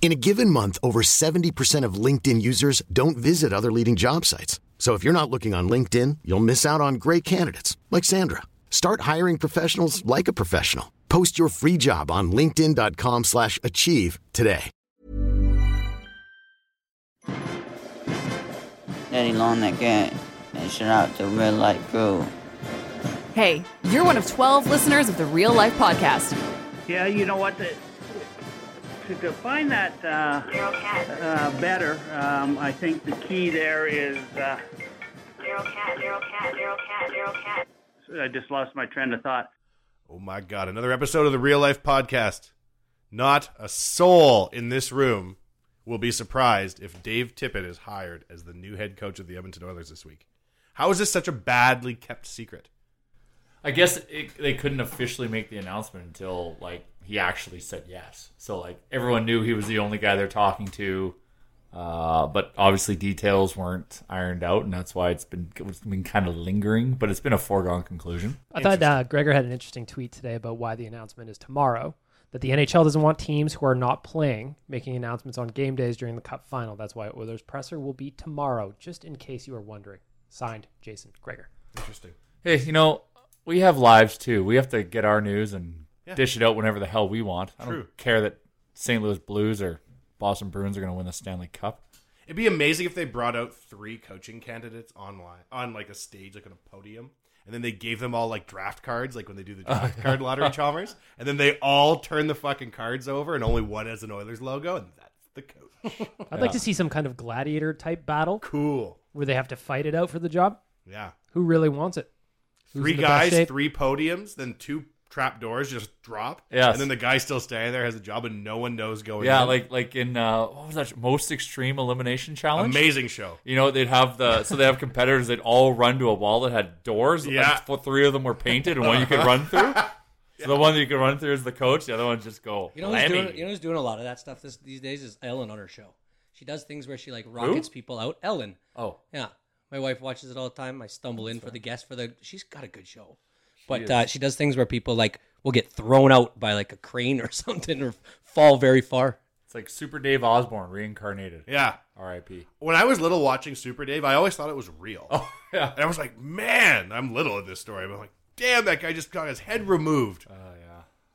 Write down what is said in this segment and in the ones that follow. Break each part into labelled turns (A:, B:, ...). A: In a given month, over 70% of LinkedIn users don't visit other leading job sites. So if you're not looking on LinkedIn, you'll miss out on great candidates like Sandra. Start hiring professionals like a professional. Post your free job on linkedin.com/achieve slash achieve today.
B: Daddy long neck cat and shout out to Red Light Crew.
C: Hey, you're one of 12 listeners of the Real Life Podcast.
D: Yeah, you know what? The, to define that uh, uh, better, um, I think the key there is. Uh, I just lost my train of thought.
E: Oh my God, another episode of the Real Life Podcast. Not a soul in this room will be surprised if Dave Tippett is hired as the new head coach of the Edmonton Oilers this week. How is this such a badly kept secret?
F: I guess it, they couldn't officially make the announcement until like he actually said yes. So like everyone knew he was the only guy they're talking to, uh, but obviously details weren't ironed out, and that's why it's been it's been kind of lingering. But it's been a foregone conclusion.
G: I thought uh, Gregor had an interesting tweet today about why the announcement is tomorrow. That the NHL doesn't want teams who are not playing making announcements on game days during the Cup final. That's why Oilers presser will be tomorrow, just in case you are wondering. Signed, Jason Gregor.
E: Interesting.
F: Hey, you know we have lives too. We have to get our news and dish it out whenever the hell we want. I
E: True.
F: don't care that St. Louis Blues or Boston Bruins are going to win the Stanley Cup.
E: It'd be amazing if they brought out three coaching candidates online on like a stage, like on a podium, and then they gave them all like draft cards, like when they do the draft card lottery chalmers, and then they all turn the fucking cards over, and only one has an Oilers logo, and that's the coach.
G: I'd like to see some kind of gladiator type battle
E: cool.
G: where they have to fight it out for the job.
E: Yeah.
G: Who really wants it? Who's
E: three
G: in the best
E: guys,
G: shape?
E: three podiums, then two trap doors just drop.
F: Yes.
E: And then the guy still standing there has a job and no one knows going
F: Yeah,
E: in.
F: like like in uh, what was that most extreme elimination challenge?
E: amazing show.
F: You know, they'd have the so they have competitors. They'd all run to a wall that had doors.
E: Yeah.
F: Like, th- three of them were painted, and one you could run through. So the one that you could run through is the coach. The other ones just go.
H: You know, who's
F: Lemmy.
H: doing, you know who's doing a lot of that stuff this, these days is Ellen on her show. She does things where she like rockets people out. Ellen.
F: oh,
H: Yeah. My wife watches it all the time. I stumble in for the guest for the. She's got a good show. But uh, she does things where people like will get thrown out by like a crane or something or fall very far.
F: it's like Super Dave Osborne reincarnated.
E: Yeah.
F: R.I.P.
E: When I was little watching Super Dave, I always thought it was real.
F: Oh yeah.
E: And I was like, man, I'm little in this story. But I'm like, damn, that guy just got his head removed.
F: Oh yeah.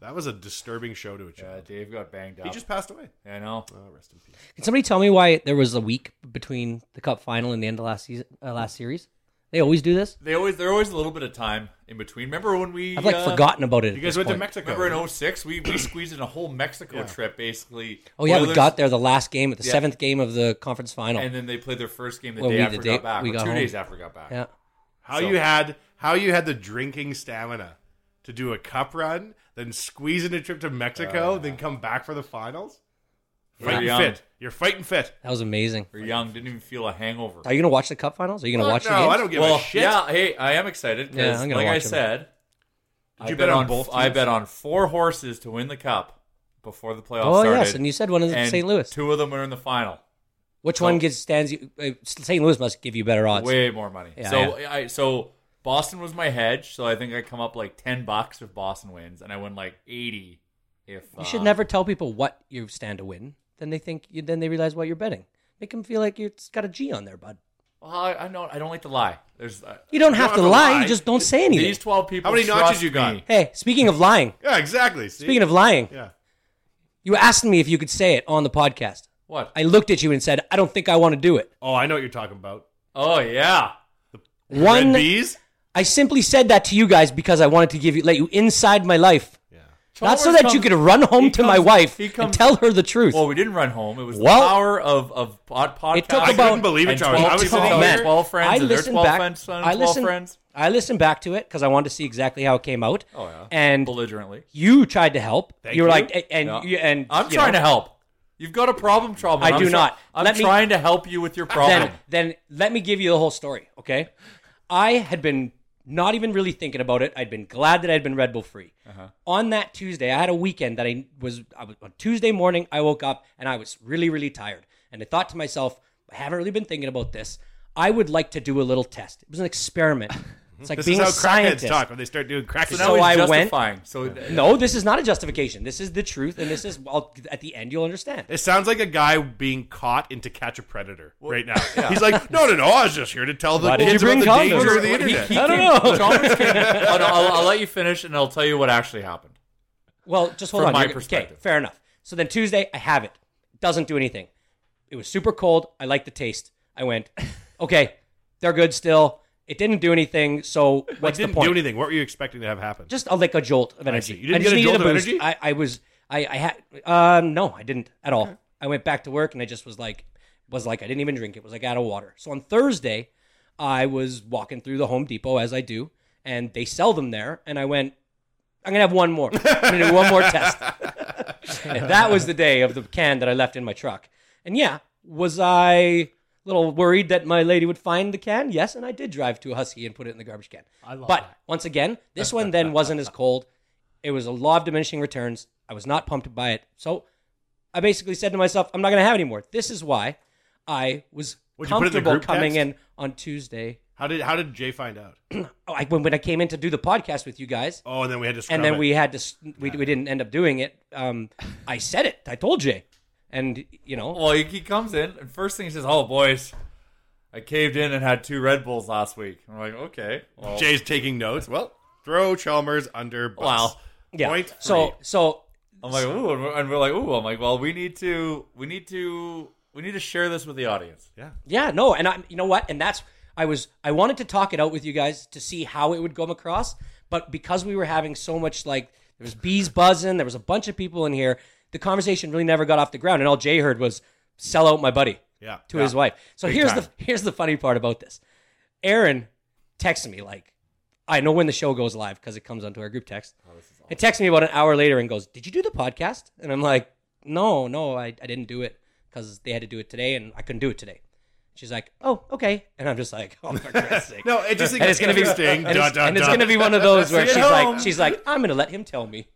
E: That was a disturbing show to a
F: Yeah.
E: child.
F: Dave got banged up.
E: he just passed away.
F: I know.
E: Oh, rest in peace.
H: Can somebody tell me why there was a week between the cup final and the end of last season, uh, last series? They always do this.
F: They always they're always a little bit of time in between. Remember when we
H: I've like
F: uh,
H: forgotten about it. at
E: You guys
H: this
E: went to
H: point.
E: Mexico.
F: Remember in 06, we, we squeezed in a whole Mexico trip basically.
H: Oh yeah, we
F: Oilers-
H: got there the last game at the
F: Yeah.
H: seventh game of the conference final.
F: And then they played their first game the
H: Well,
F: day
H: we-
F: after
H: the
F: we
H: day
F: got back.
H: we
F: or
H: got
F: two
H: home.
F: days after we got back.
H: yeah.
E: How
F: So-
E: you had how you had the drinking stamina to
F: Uh.
E: do a cup run, then squeeze in a trip to Mexico, then come back for the finals?
H: Yeah.
E: Fighting
H: Yeah.
E: fit. You're fighting fit.
H: That was amazing.
F: You're young. Didn't even feel a hangover.
H: Are you gonna watch the cup finals? Are you gonna
F: Fuck
H: watch the
F: no,
H: games?
F: I don't give a Well, shit. yeah, hey, I am excited 'cause
H: Yeah, I'm gonna
F: like I
H: watch 'em.
F: said,
H: Did
F: I
H: you
F: bet,
H: bet on
F: on
H: both
F: I
H: teams?
F: bet on four horses to win the cup before the playoffs
H: Oh,
F: started.
H: yes, and you said one of the-
F: and
H: St. Louis.
F: Two of them are in the final.
H: Which one gets stands you? Uh, St. Louis must give you better odds.
F: Way more money.
H: Yeah,
F: so
H: yeah.
F: I so Boston was my hedge. So I think I come up like ten bucks if Boston wins, and I win like eighty if uh,
H: you should never tell people what you stand to win. Then they think. You, then they realize what you're betting. Make them feel like it's got a G on there, bud.
F: Well, I, I don't. I don't like to lie. There's. uh,
H: You don't have to lie, you just don't say anything.
F: These twelve people.
E: How many
F: trust
E: notches you got?
F: me.
H: Hey, speaking of lying.
E: Yeah, exactly. see?
H: Speaking of lying.
E: Yeah.
H: You were asking me if you could say it on the podcast.
F: What?
H: I looked at you and said, I don't think I want to do it.
E: Oh, I know what you're talking about.
F: Oh yeah.
H: One
E: bees?
H: I simply said that to you guys because I wanted to give you let you inside my life. Not so
F: Chalmers
H: that you
F: comes-
H: could run home
F: he
H: to my
F: comes-
H: wife
F: he
H: and
F: comes-
H: tell her the truth.
F: Well, we didn't run home. It was
H: Well,
F: the power of of pod, podcast.
H: it took about
F: and 12 people,
H: Man,
F: twelve friends.
H: I
F: and their
H: listened
F: twelve
H: back.
F: friends. and
H: I
F: twelve
H: listened.
F: friends.
H: I listened back to it because I wanted to see exactly how it came out.
F: Oh, yeah.
H: and
F: belligerently,
H: you tried to help.
F: Thank
H: you were
F: you.
H: like, a- and
F: Yeah.
H: you, and
F: I'm
H: you
F: trying
H: know.
F: to help. You've got a problem, trauma.
H: I
F: I'm
H: do
F: try-
H: not.
F: I'm
H: Let me-
F: trying to help you with your problem.
H: Then, then let me give you the whole story, okay? I had been not even really thinking about it. I'd been glad that I'd been Red Bull free.
F: Uh-huh.
H: On that Tuesday, I had a weekend that I was, I was on Tuesday morning. I woke up and I was really, really tired. And I thought to myself, I haven't really been thinking about this. I would like to do a little test. It was an experiment. It's like
E: this
H: being
E: is how
H: a scientist.
E: crackheads talk when they start doing crack.
H: So, I went.
F: So
H: no, this is not a justification. This is the truth, and this is well. At the end, you'll understand.
E: It sounds like a guy being caught in To Catch a Predator right now.
H: yeah.
E: He's like, no, no, no, I was just here to tell the
H: Why did
E: kids
H: you bring
E: about the
H: condoms?
E: danger of the
H: He-
E: internet.
H: he I don't came- know.
F: Chalmers came- I'll, Oh, I'll- I'll let you finish, and I'll tell you what actually happened.
H: Well, just hold
F: From
H: on.
F: my
H: You're-
F: perspective.
H: Okay, fair enough. So then Tuesday, I have it. Doesn't do anything. It was super cold. I like the taste. I went, okay, they're good still. It didn't do anything. So
E: I
H: what's
E: didn't
H: the point?
E: do anything. What were you expecting to have happen?
H: Just a, like a jolt of
E: I
H: energy.
E: see. You didn't
H: I just
E: get a
H: needed
E: jolt of
H: boost.
E: energy?
H: I, I was. I, I had. Uh, no, I didn't at all. I went back to work and I just was like, was like I didn't even drink it. Was like out of water. So on Thursday, I was walking through the Home Depot as I do, and they sell them there. And I went, I'm gonna have one more. I'm gonna do one more test. and that was the day of the can that I left in my truck. And yeah, was I a little worried that my lady would find the can? Yes, and I did drive to a husky and put it in the garbage can.
G: I love
H: but once again, this one then wasn't as cold. It was a law of diminishing returns. I was not pumped by it. So I basically said to myself, I'm not gonna have any more. This is why I was
E: Would you put it in the
H: comfortable
E: group
H: coming
E: text?
H: in on Tuesday.
E: How did how did Jay find out?
H: Oh, I, when, when I came in to do the podcast with you guys,
E: Oh, and then we had to. Scrub
H: and then
E: it.
H: we had to s- we, we didn't end up doing it um i said it i told jay and you know
F: Well, he, he comes in, and first thing he says, "Oh, boys, I caved in and had two Red Bulls last week." I'm like, "Okay." Well,
E: Jay's taking notes. Well, throw Chalmers under bus.
F: Wow.
H: yeah
E: Point
H: so
E: three.
H: so
F: I'm like, "Ooh," and we're, and we're like, "Ooh," I'm like, "Well, we need to, we need to, we need to share this with the audience."
E: Yeah.
H: yeah no and i you know what and that's i was i wanted to talk it out with you guys to see how it would come across but because we were having so much like there was bees buzzing there was a bunch of people in here the conversation really never got off the ground and all jay heard was sell out my buddy
E: Yeah.
H: to
E: Yeah.
H: his wife so
E: Big
H: here's
E: time.
H: the here's the funny part about this aaron texted me like I know when the show goes live because it comes onto our group text.
E: Oh,
H: It texts me about an hour later and goes, "Did you do the podcast?" And I'm like, "No, no, I, I didn't do it because they had to do it today and I couldn't do it today." She's like, "Oh, okay," and I'm just like, "Oh, for Christ's sake!"
E: No, it just
H: and it's gonna be
E: interesting.
H: and it's,
E: Dot, dot,
H: and it's
E: dot.
H: gonna be one of those where
E: See
H: she's
E: you at home.
H: like, she's like, "I'm gonna let him tell me,"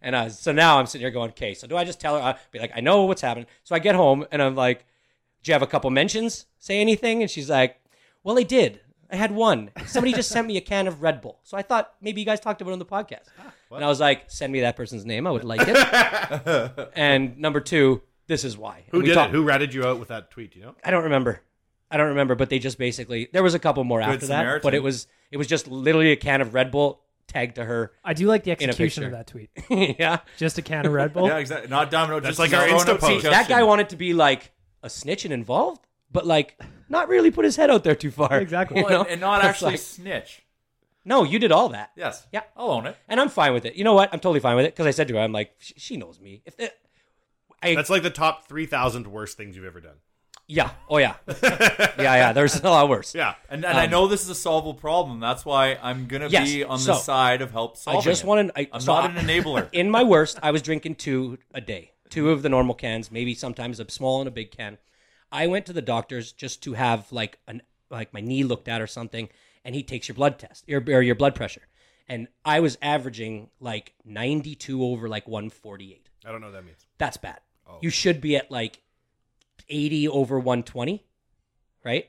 H: and I, so now I'm sitting here going, "Okay, so do I just tell her?" I'll be like, "I know what's happening." So I get home and I'm like, "Do you have a couple mentions? Say anything?" And she's like, well, I did. I had one. Somebody just sent me a can of Red Bull. So I thought maybe you guys talked about it on the podcast.
E: Ah,
H: and I was like, send me that person's name. I would like it. and number two, this is why.
E: Who
H: And we
E: did
H: talked-
E: it? Who ratted you out with that tweet? You know.
H: I don't remember. I don't remember, but they just basically there was a couple more
F: Good
H: after that. But
F: Samaritan.
H: it was it was just literally a can of Red Bull tagged to her.
G: I do like the
H: in a
G: execution of
H: picture.
G: that tweet.
H: yeah.
G: Just a can of Red Bull.
F: Yeah, exactly. Not Domino.
E: That's
F: just
E: like our
F: own
E: Insta post.
F: suggestion.
H: That guy wanted to be like a snitch and involved, but like not really put his head out there too far.
G: Exactly.
H: you
F: Well, and-
H: know?
F: and not
H: It's
F: actually
H: like-
F: snitch.
H: No, you did all that.
F: Yes. Oh,
H: Yeah.
F: I'll own it.
H: And I'm fine with it. You know what? I'm totally fine with it because I said to her, I'm like, she, she knows me. If the, I,
E: That's like the top three thousand worst things you've ever done.
H: yeah, oh yeah, yeah, yeah. There's a lot worse. Um,
E: Yeah.
F: And, and I know this is a solvable problem. That's why I'm gonna
H: Yes,
F: be on
H: so-
F: the side of help solving.
H: I just
F: it.
H: wanted. I,
F: I'm
H: so
F: not
H: I-
F: an enabler.
H: In my worst, I was drinking two a day. two of the normal cans, maybe sometimes a small and a big can. I went to the doctor's just to have like an like my knee looked at or something, and he takes your blood test your, or your blood pressure, and I was averaging like 92 over like 148.
E: I don't know what that means.
H: That's bad.
E: Oh.
H: You should be at like 80 over 120, right?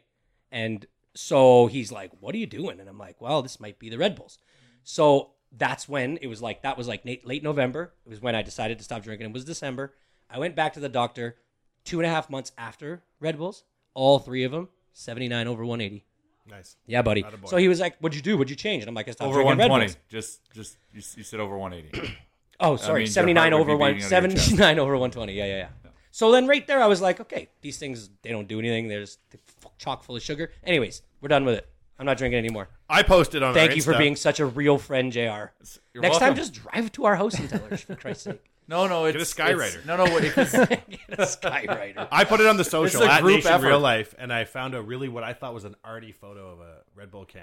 H: And so he's like, "What are you doing?" And I'm like, "Well, this might be the Red Bulls." So that's when it was like that was like late, late November. It was when I decided to stop drinking. It was December. I went back to the doctor two and a half months after Red Bulls, all three of them, 79 over 180.
E: Nice.
H: Yeah, buddy.
E: Attaboy.
H: So he was like, "What'd you do? What'd you change?" And I'm like, "I stopped
F: over
H: drinking Red
F: 120.
H: Bulls."
F: Just, just you, you said over 180.
H: Oh,
F: I
H: sorry,
F: mean, your
H: 79
F: heart would
H: over
F: be
H: one,
F: beating out of your chest.
H: 79 over 120. Yeah, yeah, yeah. So then right there, I was like, okay, these things they don't do anything. They're just f- chock full of sugar. Anyways, we're done with it. I'm not drinking anymore.
E: I posted on our
H: Thank you for
E: Insta.
H: being such a real friend, Jr. Next
F: You're
H: time,
F: welcome.
H: just drive to our house and tell her, for Christ's sake.
F: No, no, it's
E: Get a
F: it's-
E: Skywriter.
F: No, no, it is,
H: Get a Skywriter.
E: I put it on the
F: It's
E: social
F: a
E: at
F: group
E: Nation
F: effort.
E: Real Life, and I found a really what I thought was an arty photo of a Red Bull can.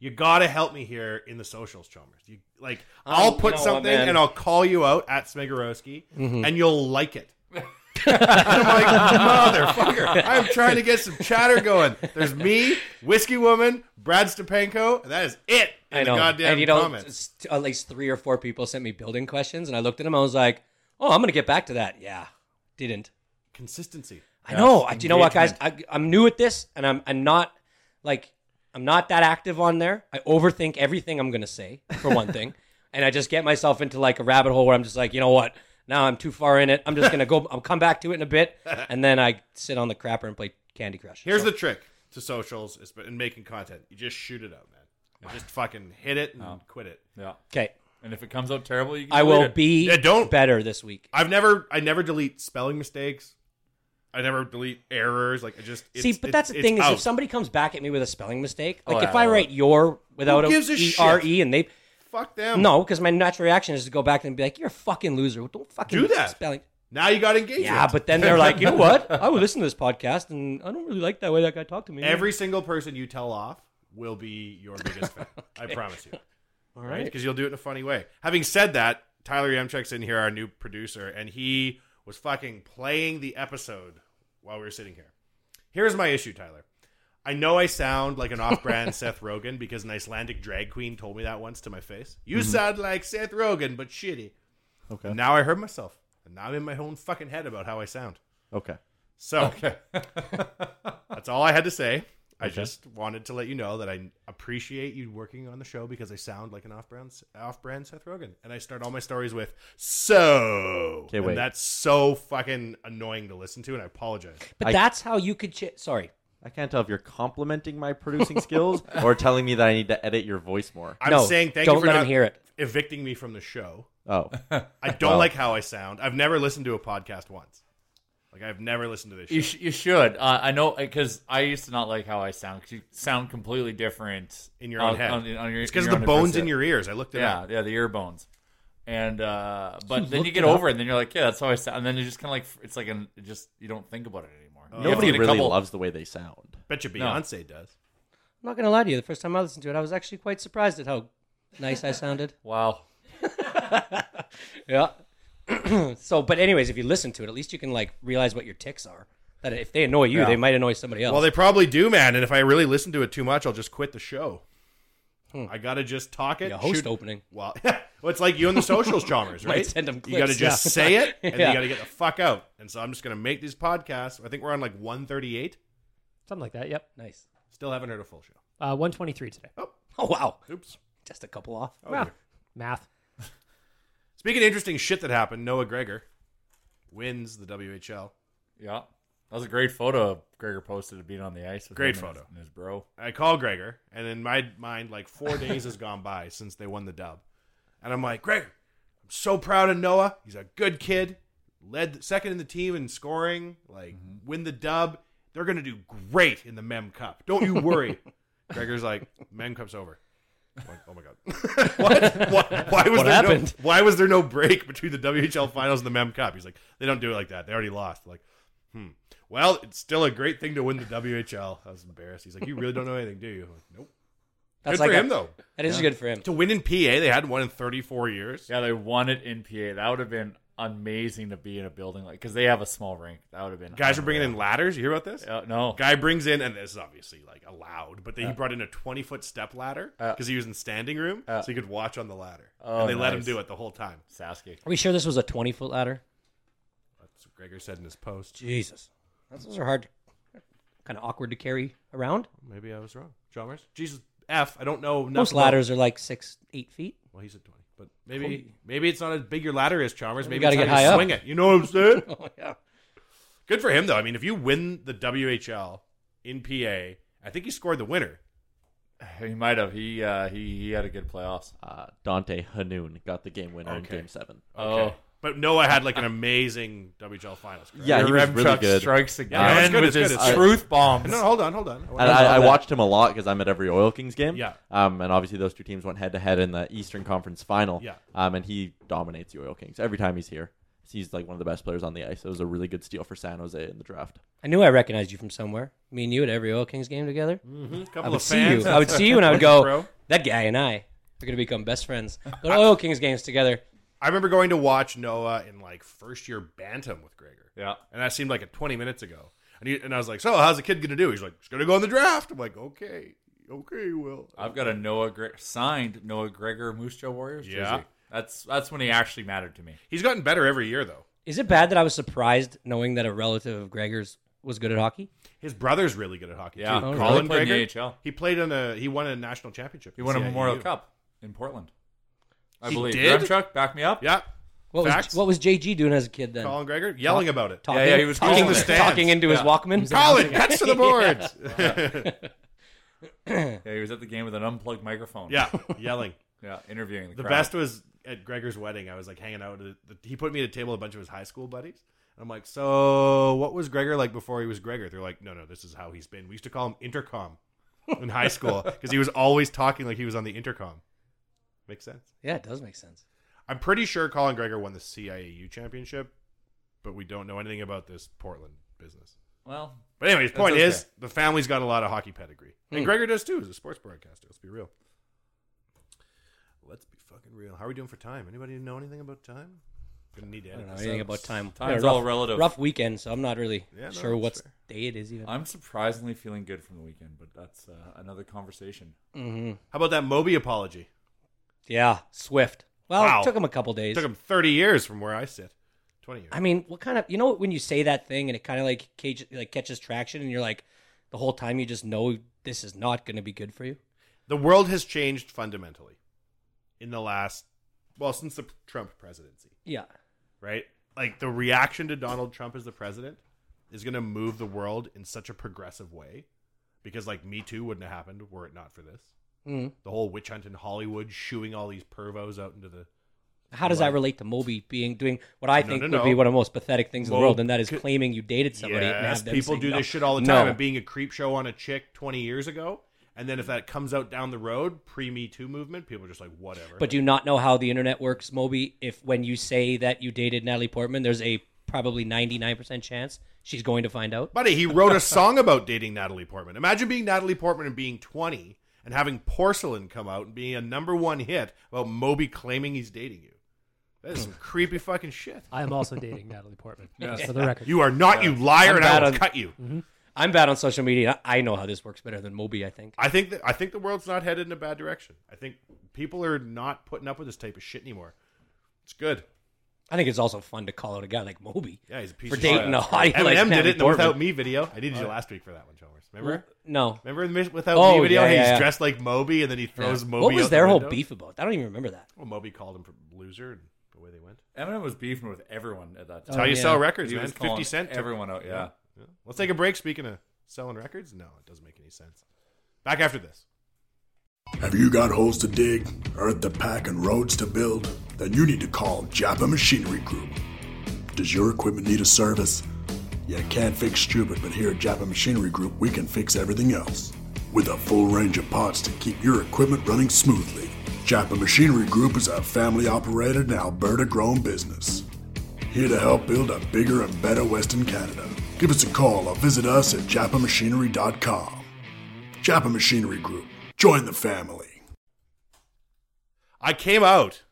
E: You gotta help me here in the socials, Chalmers. You like,
H: Um,
E: I'll
H: you
E: put
H: know what,
E: something
H: man?
E: and I'll call you out at Smigorowski,
H: Mhm.
E: and you'll like it. and I'm like, motherfucker! I'm trying to get some chatter going. There's me, Whiskey Woman, Brad Stepanko. and That is it. In
H: I know.
E: The goddamn
H: and you know,
E: comments.
H: s- at least three or four people sent me building questions, and I looked at them. I was like, oh, I'm gonna get back to that. Yeah, didn't.
E: Consistency.
H: I know. I, do you know what, guys? I, I'm new at this, and I'm I'm not like I'm not that active on there. I overthink everything I'm gonna say for one thing, and I just get myself into like a rabbit hole where I'm just like, you know what? Now I'm too far in it. I'm just gonna go. I'll come back to it in a bit, and then I sit on the crapper and play Candy Crush.
E: Here's
H: So-
E: the trick to socials is- and making content. You just shoot it out, man. Just fucking hit it and quit it.
F: Yeah.
H: 'Kay.
F: And if it comes out terrible, you can
H: I
F: delete
H: will
F: it.
H: be
E: Yeah, don't.
H: better this week.
E: I've never I never delete spelling mistakes. I never delete errors. Like I just it's,
H: See, but that's
E: it's-
H: the thing
E: it's
H: is
E: out.
H: if somebody comes back at me with a spelling mistake, like
E: Oh,
H: if
E: yeah,
H: I
E: well.
H: write your without
E: Who
H: a
E: gives a
H: E
E: shit?
H: R E and they
E: fuck them.
H: No, because my natural reaction is to go back and be like, "You're a fucking loser. Don't fucking
E: do that
H: spelling."
E: Now you got engaged.
H: Yeah, but then they're like, "You know what? I would listen to this podcast, and I don't really like that way that guy talked to me."
E: Every single person you tell off will be your biggest fan. I promise you.
H: All
E: All
H: right.
E: Because you'll do it in a funny way. Having said that, Tyler Yemchuk's in here, our new producer, and he was fucking playing the episode while we were sitting here. Here's my issue, Tyler. I know I sound like an off brand Seth Rogen because an Icelandic drag queen told me that once to my face. You
H: Mm-hmm.
F: Mhm.
E: sound like Seth Rogen, but shitty.
F: Okay.
E: And now I heard myself. And now I'm in my own fucking head about how I sound.
F: Okay.
E: So
F: Okay.
E: that's all I had to say. I
F: Okay.
E: just wanted to let you know that I appreciate you working on the show because I sound like an off-brand, off-brand Seth Rogen, and I start all my stories with "so."
I: Okay,
E: And
I: wait.
E: that's so fucking annoying to listen to, and I apologize.
H: but
I: I-
H: that's how you could. Ch- Sorry,
I: I can't tell if you're complimenting my producing skills or telling me that I need to edit your voice more.
E: I'm
H: No,
E: saying thank
H: don't
E: you for
H: let him
E: not
H: hear it.
E: evicting me from the show.
I: Oh.
E: I don't
I: Wow.
E: like how I sound. I've never listened to a podcast once. Like I've never listened to this.
F: You,
E: Show.
F: sh- you should. Uh, I know because I used to not like how I sound because you sound completely different
E: In your own
F: on-
E: head.
F: on- on your-
E: It's 'cause
F: in your
E: of the
F: own
E: bones
F: headset.
E: in your ears. I looked it
F: yeah,
E: up.
F: yeah, the ear bones. And uh,
H: You
F: but then you
H: looked
F: get
H: it up?
F: over it, and then you're like, yeah, that's how I sound. And then you just kind of like it's like an it just you don't think about it anymore.
E: Oh.
F: You have to
I: Nobody
F: get a
I: really
F: couple-
I: loves the way they sound.
E: Bet you
F: No.
E: Beyonce does.
H: I'm not gonna lie to you. The first time I listened to it, I was actually quite surprised at how nice I sounded.
F: Wow.
H: yeah. so, but anyways, if you listen to it, at least you can like realize what your ticks are. That if they annoy you,
E: Yeah.
H: they might annoy somebody else.
E: Well, they probably do, man. And if I really listen to it too much, I'll just quit the show.
H: Hmm.
E: I gotta just talk it.
H: Be a host
E: shoot-
H: opening.
E: Well, well, it's like you and the socials, Chalmers,
H: Might
E: right?
H: send 'em
E: you gotta
H: clips,
E: just
H: yeah.
E: say it, and
H: Yeah.
E: you gotta get the fuck out. And so I'm just gonna make these podcasts. I think we're on like 138.
G: Something like that. Yep.
H: nice.
E: Still haven't heard a full show.
G: Uh, 123 today.
H: Oh wow.
E: Oops.
H: Just a couple off.
E: Oh,
G: Wow.
E: dear.
G: Math.
E: Speaking of interesting shit that happened, Noah Gregor wins the WHL.
F: Yeah, that was a great photo Gregor posted of being on the ice. With
E: Great
F: him and
E: photo.
F: his- and his bro.
E: I call Gregor, and in my mind, like four days has gone by since they won the dub, and I'm like, Gregor, I'm so proud of Noah. He's a good kid. Led second in the team in scoring. Like
F: Mm-hmm.
E: win the dub. They're gonna do great in the Mem Cup. Don't you worry. Gregor's like, Mem Cup's over. I'm like, oh my god, what? Why, why was
H: What
E: there
H: happened?
E: No, why was there no break between the WHL finals and the Mem Cup? He's like, they don't do it like that. They already lost. Like, hmm. Well, it's still a great thing to win the WHL. I was embarrassed. He's like, you really don't know anything, do you? I'm like, nope.
H: That's
E: good
H: like
E: for
H: a-
E: him though.
H: That is good for him.
E: To win in PA, they hadn't won in 34 years.
F: Yeah, they won it in PA. That would have been amazing to be in a building like because they have a small rink. That would have been
E: Guys are bringing in ladders. You hear about this?
F: Uh, no.
E: Guy brings in, and this is obviously like allowed, but they,
F: Uh.
E: he brought in a twenty foot step ladder
F: Uh.
E: because he was in standing room,
F: Uh.
E: so he could watch on the ladder.
F: Oh,
E: and they let him
F: nice.
E: do it the whole time.
F: Sasuke.
H: Are we sure this was a 20 foot ladder?
E: That's what Gregor said in his post.
H: Jesus. That's- Those are hard, kind of awkward to carry around.
E: Maybe I was wrong. Chalmers? Jesus F. I don't know.
H: Most ladders are like six, eight feet.
E: Well, he's at twenty, but maybe
H: Holy.
E: maybe it's not as big your ladder is, Chalmers.
H: You
E: Maybe
H: gotta
E: it's
H: get
E: how you
H: high up.
E: swing it. You know what I'm saying?
H: oh, yeah.
E: Good for him though. I mean, if you win the WHL in PA, I think he scored the winner.
F: He might have. He uh, he he had a good playoffs.
I: Uh, Dante Hanoun got the game winner in Game Seven.
F: Oh.
E: But Noah had like an amazing WHL finals. Correct?
I: Yeah, he was really
F: Chuck
I: good.
F: strikes
E: Yeah, no, it's
F: again
E: good,
F: with
E: it's good,
F: his
E: it's good.
F: truth bombs.
E: No, hold on, hold on.
I: And I, I watched him a lot because I'm at every Oil Kings game.
E: Yeah.
I: Um, and obviously those two teams went head to head in the Eastern Conference Final.
E: Yeah.
I: Um, and he dominates the Oil Kings every time he's here. He's like one of the best players on the ice. It was a really good steal for San Jose in the draft.
H: I knew I recognized you from somewhere. Me and you at every Oil Kings game together.
E: Mhm.
H: I
E: Couple
H: would
E: of
H: see
E: fans.
H: you. I would see you, and I would
E: Bro.
H: go, "That guy and I are going to become best friends." Go to Oil Kings games together.
E: I remember going to watch Noah in like first year bantam with Gregor.
F: Yeah.
E: and that seemed like a twenty minutes ago. And he, and I was like, so how's the kid gonna do? He's like, he's gonna go in the draft. I'm like, okay, okay, Will.
F: I've got a Noah Gre- signed Noah Gregor Moose Jaw Warriors jersey.
E: Yeah.
F: That's that's when he actually mattered to me.
E: He's gotten better every year though.
H: Is it bad that I was surprised knowing that a relative of Gregor's was good at hockey?
E: His brother's really good at hockey.
F: Yeah.
E: too.
F: Oh,
E: Colin
F: really? Played in the
E: Gregor.
F: AHL.
E: He played in a he won a national championship.
F: He
E: at
F: won a
E: CIU.
F: Memorial Cup in Portland. I
E: E He
F: believe.
E: did?
F: Drum truck, back me up.
E: Yeah.
H: What
E: Facts?
H: was what was JG doing as a kid then?
E: Colin Gregor yelling about it.
H: Talking,
F: Yeah, yeah, he was
H: talking,
F: calling it.
H: talking into his
F: Yeah.
H: Walkman.
E: Colin, cuts to the boards.
F: yeah, he was at the game with an unplugged microphone.
E: Yeah, yelling.
F: yeah, interviewing the,
E: The
F: crowd.
E: best was at Gregor's wedding. I was like hanging out. At the, he put me at a table with a bunch of his high school buddies. And I'm like, so what was Gregor like before he was Gregor? They're like, no, no, this is how he's been. We used to call him intercom in high school because he was always talking like he was on the intercom. Makes sense.
H: Yeah, it does make sense.
E: I'm pretty sure Colin Gregor won the CIAU championship, but we don't know anything about this Portland business.
F: Well,
E: But anyways,
F: that's
E: point
F: okay.
E: is the family's got a lot of hockey pedigree, and
H: Hmm.
E: Gregor does too. As a sports broadcaster, let's be real. Let's be fucking real. How are we doing for time? Anybody know anything about time? Gonna need to
H: I
E: edit
H: don't know
E: this
H: anything
E: out.
H: Uh, about time.
F: Time's
H: Yeah, rough,
F: all relative.
H: Rough weekend, so I'm not really
E: Yeah, no,
H: sure
E: that's
H: what
E: fair.
H: day it is even.
F: I'm surprisingly feeling good from the weekend, but that's uh, another conversation.
H: hmm
E: How about that Moby apology?
H: Yeah, Swift. Well,
E: Wow.
H: it took him a couple days.
E: took him thirty years from where I sit. Twenty years.
H: I mean, what kind of you know when you say that thing and it kind of like cage, like catches traction and you're like the whole time you just know this is not going to be good for you.
E: the world has changed fundamentally in the last well since the Trump presidency.
H: Yeah.
E: right? Like the reaction to Donald Trump as the president is going to move the world in such a progressive way because like Me Too wouldn't have happened were it not for this.
H: Mm.
E: The whole witch hunt in Hollywood, shooing all these pervos out into the
H: How does that relate to Moby being doing what I
E: No,
H: think
E: no, no.
H: would be one of the most pathetic things in the world,
E: Moby
H: and that is
E: could-
H: claiming you dated somebody? and
E: Yes,
H: have them
E: people
H: say
E: do
H: no.
E: this shit all the
H: No.
E: time. And being a creep show on a chick twenty years ago, and then if that comes out down the road, pre Me Too movement, people are just like whatever.
H: But do you not know how the internet works, Moby? If when you say that you dated Natalie Portman, there's a probably 99% chance she's going to find out.
E: Buddy, he wrote a song about dating Natalie Portman. Imagine being Natalie Portman and being 20 and having Porcelain come out and being a number one hit about Moby claiming he's dating you. That
H: Hmm.
E: is some creepy fucking shit.
G: I am also dating Natalie Portman.
F: Yes.
G: Just for the record. Mm-hmm.
E: You are not, you liar,
H: Uh, I'm
E: and I
H: bad
E: will
H: on- Mm-hmm.
E: cut you.
H: I'm bad on social media. I I know how this works better than Moby, I think.
E: I think that I think the world's not headed in a bad direction. I think people are not putting up with this type of shit anymore. It's good.
H: I think it's also fun to call out a guy like Moby.
E: Yeah, he's a piece
H: For
E: of shit.
H: dating a hottie like
E: Eminem did it
H: Natalie
E: in the without
H: Portman.
E: me video. I needed you last week for that one, Chalmers. Remember?
H: No.
E: Remember in the without
H: Oh,
E: me video?
H: yeah, yeah,
E: he's
H: yeah.
E: dressed like Moby, and then he throws
H: Yeah.
E: Moby.
H: what was
E: out
H: their
E: the
H: whole
E: window.
H: beef about? I don't even remember that.
E: Well, Moby called him for loser, and away they went.
F: Eminem was beefing with everyone at that
E: That's
F: time.
E: how you
H: Oh, yeah.
E: sell records,
F: He
E: man.
F: was calling
E: Fifty Cent, took-
F: everyone out, yeah.
E: yeah. Let's take a break. Speaking of selling records, no, it doesn't make any sense. Back after this.
J: Have you got holes to dig, earth to pack, and roads to build? Then you need to call Japa Machinery Group. Does your equipment need a service? You can't fix stupid, but here at Japa Machinery Group, we can fix everything else. With a full range of parts to keep your equipment running smoothly, Japa Machinery Group is a family operated and Alberta grown business. Here to help build a bigger and better Western Canada. Give us a call or visit us at japamachinery.com. Japa Machinery Group. Join the family.
E: I came out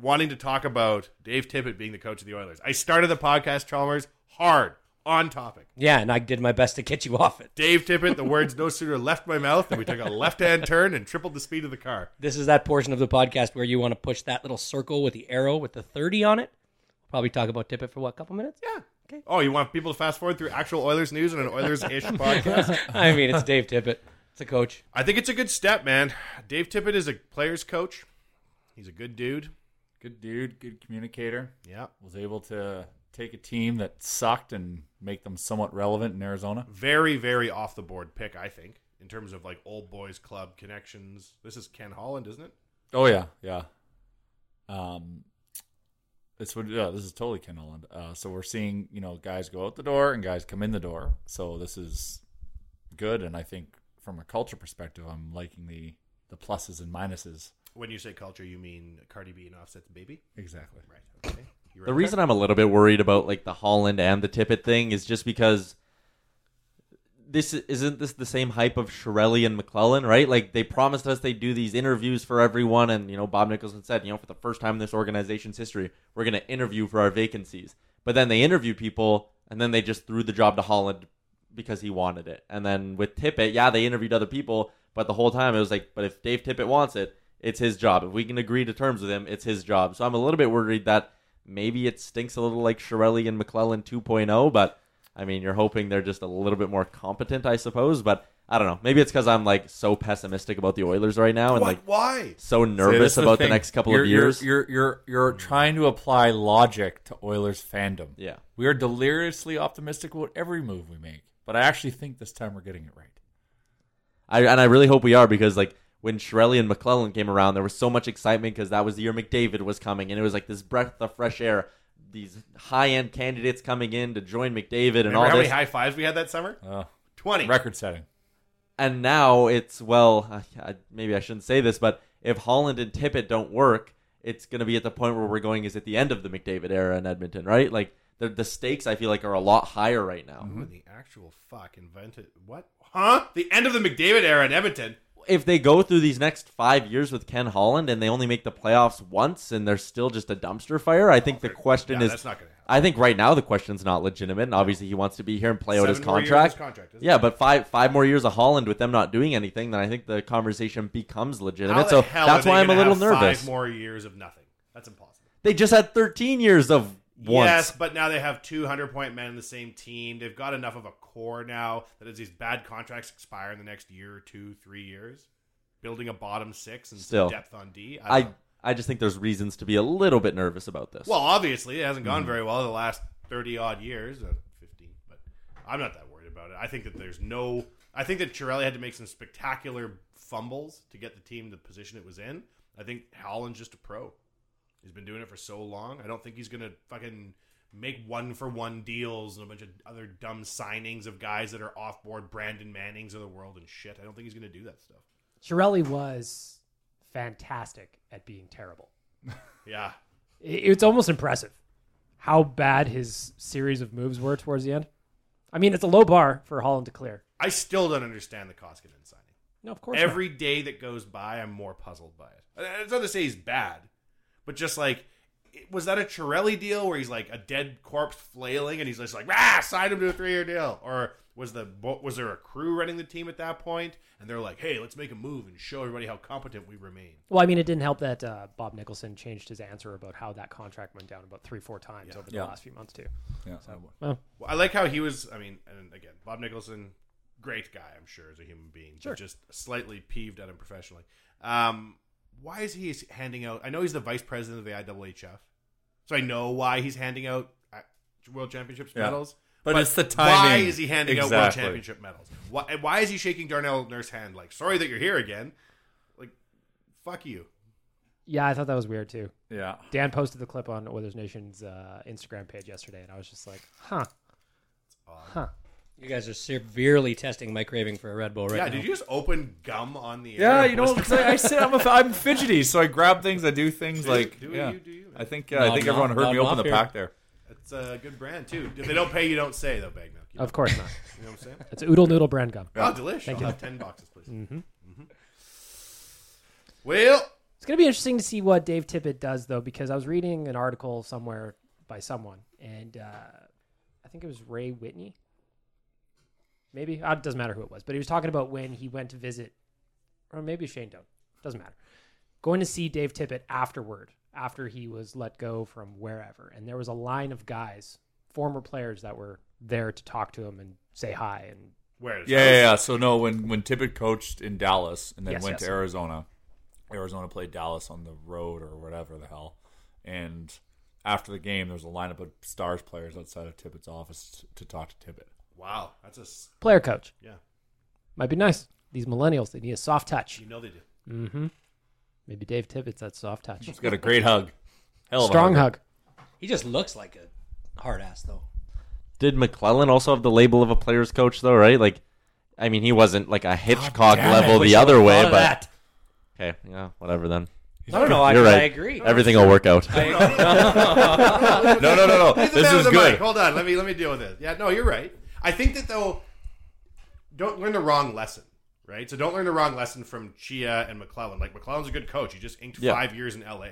E: wanting to talk about Dave Tippett being the coach of the Oilers. I started the podcast, Chalmers, hard on topic.
H: Yeah, and I did my best to get you off it.
E: Dave Tippett, the words no sooner left my mouth than we took a left hand turn and tripled the speed of the car.
H: This is that portion of the podcast where you want to push that little circle with the arrow with the 30 on it. Probably talk about Tippett for what, a couple minutes?
E: Yeah. Oh, you want people to fast forward through actual Oilers news and an Oilers ish podcast?
H: I mean, it's Dave Tippett. It's a coach.
E: I think it's a good step, man. Dave Tippett is a player's coach. He's a good dude.
F: Good dude, good communicator.
E: Yeah.
F: Was able to take a team that sucked and make them somewhat relevant in Arizona.
E: Very, very off the board pick, I think, in terms of like old boys club connections. This is Ken Holland, isn't it?
F: Oh yeah, yeah. Um, this would yeah, this is totally Ken Holland. Uh, so we're seeing you know guys go out the door and guys come in the door. So this is good, and I think from a culture perspective, I'm liking the the pluses and minuses.
E: When you say culture, you mean Cardi B and Offset's baby?
F: Exactly.
E: Right. Okay. You
I: The
E: ready?
I: reason I'm a little bit worried about like the Holland and the Tippett thing is just because this i- isn't this the same hype of Shirelli and McClellan, right? Like they promised us they'd do these interviews for everyone, and you know Bob Nicholson said, you know, for the first time in this organization's history, we're going to interview for our vacancies. But then they interviewed people, and then they just threw the job to Holland because he wanted it. And then with Tippett, yeah, they interviewed other people, but the whole time it was like, but if Dave Tippett wants it, it's his job. If we can agree to terms with him, it's his job. So I'm a little bit worried that maybe it stinks a little like Shirelli and McClellan 2.0, but I mean, you're hoping they're just a little bit more competent, I suppose. But I don't know. Maybe it's because I'm like so pessimistic about the Oilers right now and
E: What?
I: like
E: Why?
I: so nervous
F: See, this is
I: about the
F: thing.
I: next couple
F: You're-
I: of
F: you're-
I: years.
F: You're, you're you're trying to apply logic to Oilers fandom.
I: Yeah.
F: we are deliriously optimistic about every move we make, but I actually think this time we're getting it right.
I: I and I really hope we are because like when Shirelli and McClellan came around, there was so much excitement because that was the year McDavid was coming, and it was like this breath of fresh air. These high end candidates coming in to join McDavid and
E: Remember
I: all
E: how
I: this.
E: many high fives we had that summer?
F: Oh.
E: 20.
F: Record setting.
I: and now it's well, I, I, maybe I shouldn't say this, but if Holland and Tippett don't work, it's going to be at the point where we're going is at the end of the McDavid era in Edmonton, right? Like the the stakes, I feel like are a lot higher right now.
F: Mm-hmm.
E: Ooh, the actual fuck invented. What? Huh? The end of the McDavid era in Edmonton.
I: If they go through these next five years with Ken Holland and they only make the playoffs once and they're still just a dumpster fire, I think the question
E: yeah,
I: is
E: that's not gonna happen.
I: I think right now the question's not legitimate. And obviously, he wants to be here and play out his
E: Seven more years of
I: contract.
E: his contract, isn't
I: yeah,
E: it?
I: but five five more years of Holland with them not doing anything, then I think the conversation becomes
E: How
I: legitimate.
E: the
I: so
E: hell
I: that's
E: are they
I: why I'm a
E: gonna
I: little
E: have
I: nervous.
E: Five more years of nothing. That's impossible.
I: They just had 13 years of once.
E: Yes, but now they have two hundred point men in the same team. They've got enough of a core now that as these bad contracts expire in the next year, two, three years, building a bottom six and some
I: Still,
E: depth on D. I,
I: I,
E: don't
I: I just think there's reasons to be a little bit nervous about this. Hmm. Mm-hmm.
E: know. well, obviously it hasn't gone very well the last thirty odd years, uh, fifteen. But I'm not that worried about it. I think that there's no. I think that Chirelli had to make some spectacular fumbles to get the team the position it was in. I think Holland's just a pro. He's been doing it for so long. I don't think he's gonna fucking make one for one deals and a bunch of other dumb signings of guys that are off board Brandon Mannings of the world and shit. I don't think he's gonna do that stuff.
G: Shirelli was fantastic at being terrible.
E: Yeah.
G: I- It's almost impressive how bad his series of moves were towards the end. I mean, it's a low bar for Holland to clear.
E: I still don't understand the Koskinen signing.
G: No, of course.
E: Every day that goes by, I'm more puzzled by it. And It's not to say he's bad, but just like, it- was that a Chirelli deal where he's like a dead corpse flailing and he's just like, ah, sign him to a three year deal? Or was the was there a crew running the team at that point and they're like, hey, let's make a move and show everybody how competent we remain?
G: Well, I mean, it didn't help that uh, Bob Nicholson changed his answer about how that contract went down about three, four times over the
F: Yeah.
G: last few months too.
F: Yeah.
G: Well,
E: Well, I like how he was. I mean, and again, Bob Nicholson, great guy, I'm sure, as a human being,
G: Sure.
E: but just slightly peeved at him professionally. Um, why is he handing out? I know he's the vice president of the IWHF, so I know why he's handing out uh, world championships
F: Yeah.
E: medals.
F: But it's the
E: Why
F: timing.
E: is he handing out world
F: Exactly.
E: championship medals? Why, and why is he shaking Darnell Nurse's hand like, "Sorry that you're here again"? Like, fuck you.
G: yeah, I thought that was weird too.
F: Yeah.
G: Dan posted the clip on Oilers Nation's uh, Instagram page yesterday, and I was just like, huh, huh.
H: You guys are severely testing my craving for a Red Bull right
E: yeah,
H: now.
E: did you just open gum on the air?
F: Yeah,
E: and
F: you know,
E: blister-
F: 'cause I, I said I'm, a, I'm fidgety, so I grab things, I do things
E: Do-
F: like.
E: do
F: yeah.
E: you, do you, man.
F: I think yeah, I
H: Nodding
F: think everyone
H: off,
F: heard me
H: nodding
F: open
H: off
F: the
H: here.
F: pack there.
E: It's a good brand too. If they don't pay, you don't say though, bag milk. You
G: Of
E: know?
G: course not.
E: You know what I'm saying?
G: It's oodle noodle brand gum. Mm-hmm.
E: Oh, delicious.
G: Thank
E: I'll
G: you.
E: have 10 boxes, please.
G: Mhm.
E: Well,
G: It's going to be interesting to see what Dave Tippett does, though, because I was reading an article somewhere by someone, and uh, I think it was Ray Whitney. Maybe Uh, it doesn't matter who it was, but he was talking about when he went to visit, or maybe Shane Doan. Doesn't matter. Going to see Dave Tippett afterward, after he was let go from wherever, and there was a line of guys, former players that were there to talk to him and say hi and
E: Where is
F: Yeah, yeah, yeah. So no, when when Tippett coached in Dallas and then
G: Yes,
F: went
G: yes.
F: to Arizona, Arizona played Dallas on the road or whatever the hell. And after the game, there was a lineup of Stars players outside of Tippett's office to talk to Tippett.
E: Wow, that's a s-
G: player coach.
E: Yeah.
G: Might be nice. These millennials, they need a soft touch.
E: You know they do.
G: Mm-hmm. Maybe Dave Tippett's that soft touch.
F: He's got a great hug. Hell of a
G: Strong hug.
H: He just looks like a hard ass though.
I: Did McClellan also have the label of a player's coach though? Right? Like, I mean, he wasn't like a Hitchcock
H: damn it,
I: level
H: wish
I: the
H: I
I: other
H: would've
I: way,
H: thought
I: but
H: of that.
I: okay, yeah, whatever then.
H: I don't know, I-
I: You're
H: I
I: right.
H: agree.
I: Everything will work out.
H: I-
I: no, no, no, no.
E: He's the
I: This
E: man with
I: is
E: the mic.
I: good.
E: Hold on, let me let me deal with this. Yeah, no, you're right. I think that though, don't learn the wrong lesson, right? So don't learn the wrong lesson from Chia and McClellan. Like McClellan's a good coach. He just inked
I: Yeah.
E: five years in LA.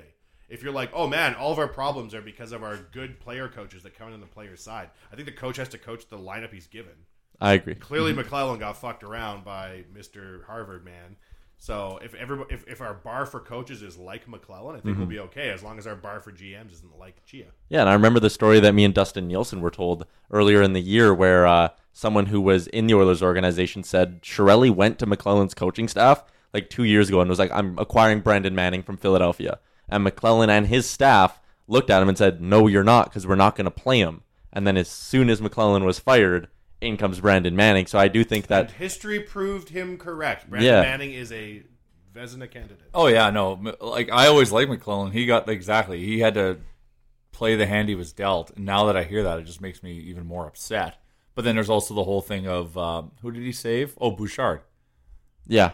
E: If you're like, oh man, all of our problems are because of our good player coaches that come in on the player's side. I think the coach has to coach the lineup he's given.
I: I agree.
E: Clearly, McClellan got fucked around by Mister Harvard man. So if everybody, if, if our bar for coaches is like McClellan, I think
G: Mm-hmm.
E: we'll
I: Mhm.
E: be okay as long as our bar for GMs isn't like Chia.
I: Yeah, and I remember the story that me and Dustin Nielsen were told earlier in the year where uh, someone who was in the Oilers organization said Shirelli went to McClellan's coaching staff like two years ago and was like, I'm acquiring Brandon Manning from Philadelphia. And McClellan and his staff looked at him and said, No, you're not, because we're not going to play him. And then as soon as McClellan was fired, in comes Brandon Manning. So I do think that
E: And history proved him correct. Brandon
I: Yeah.
E: Manning is a Vezina candidate.
F: Oh yeah, no. M- Like I always liked McClellan. He got exactly. He had to play the hand he was dealt. And now that I hear that, it just makes me even more upset. But then there's also the whole thing of um, who did he save? Oh, Bouchard.
I: Yeah,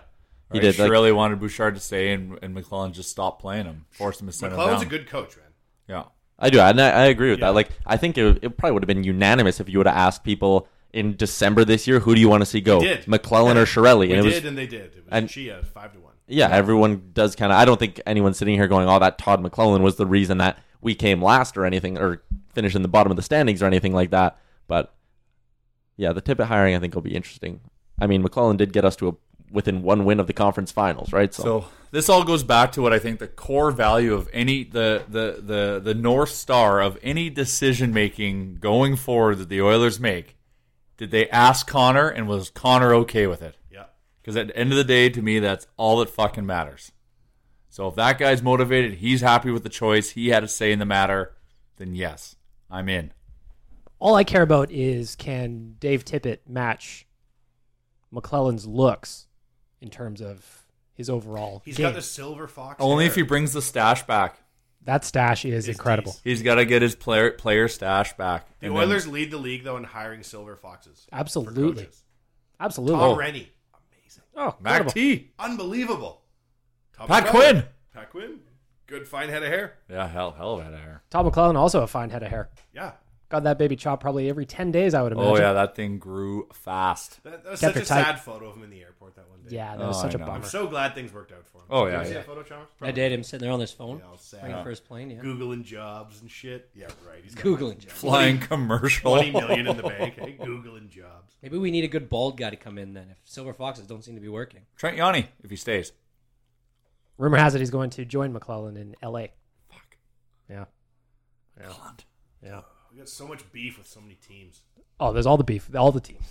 I: he
F: Right?
I: did, like-
F: really wanted Bouchard to stay, and, and McClellan just stopped playing him, forced him to send
E: McClellan's a
F: him down.
E: good coach, man.
F: Yeah.
I: I do, and I, I agree with that. Like, I think it, it probably would have been unanimous if you would have asked people in December this year, who do you want to see go,
E: We did.
I: McClellan or Shirelli?
E: We
I: it
E: did and they did. It was Chia, five to one.
I: Yeah, everyone does kind of. I don't think anyone's sitting here going, "Oh, that Todd McClellan was the reason that we came last or anything, or finished in the bottom of the standings or anything like that." But yeah, the Tippett hiring I think will be interesting. I mean, McClellan did get us to a within one win of the conference finals, right?
F: So this all goes back to what I think the core value of any the the the the north star of any decision making going forward that the Oilers make. Did they ask Connor and was Connor okay with it?
E: Yeah.
F: Because at the end of the day, to me, that's all that fucking matters. So if that guy's motivated, he's happy with the choice, he had a say in the matter, then yes, I'm in.
G: All I care about is can Dave Tippett match McClellan's looks in terms of his overall.
E: He's
G: game.
E: got the silver fox.
F: Only
E: hair.
F: if he brings the stash back.
G: that stash is incredible.
F: He's got to get his player player stash back.
E: The
F: And then-
E: Oilers lead the league though in hiring silver foxes.
G: Absolutely, absolutely.
E: Tom Rennie,
G: Oh,
F: Mac
G: incredible.
F: T.
E: unbelievable. Tom
F: Pat
E: McClellan.
F: Quinn.
E: Pat Quinn, good fine head of hair.
F: Yeah, hell, hell of a hair.
G: Tom McClellan also a fine head of hair.
E: Yeah.
G: Got that baby chopped probably every ten days. I would imagine.
F: Oh yeah, that thing grew fast.
E: That, that was
G: Kept
E: such
G: it
E: a
G: tight.
E: sad photo of him in the airport that one day.
G: Yeah, that was Oh, such I a know.
E: I'm
G: bummer.
E: so glad things worked out for him.
F: Oh,
E: Did
F: yeah,
E: you see
F: yeah.
E: that photo, Chalmers?
H: I did him sitting there on his phone,
E: Yeah, all sad.
H: right for his plane. Yeah.
E: Googling jobs and shit. Yeah, right. He's got
H: Googling
E: like
H: jobs.
E: 20
F: Flying commercial.
E: Twenty million in the bank. Hey, Googling jobs.
H: Maybe we need a good bald guy to come in then. If silver foxes don't seem to be working,
F: Trent Yanni, if he stays.
G: Rumor has it he's going to join McClellan in L.A. Fuck. Yeah. Yeah. Yeah.
E: We got so much beef with so many teams.
G: Oh, there's all the beef, all the teams.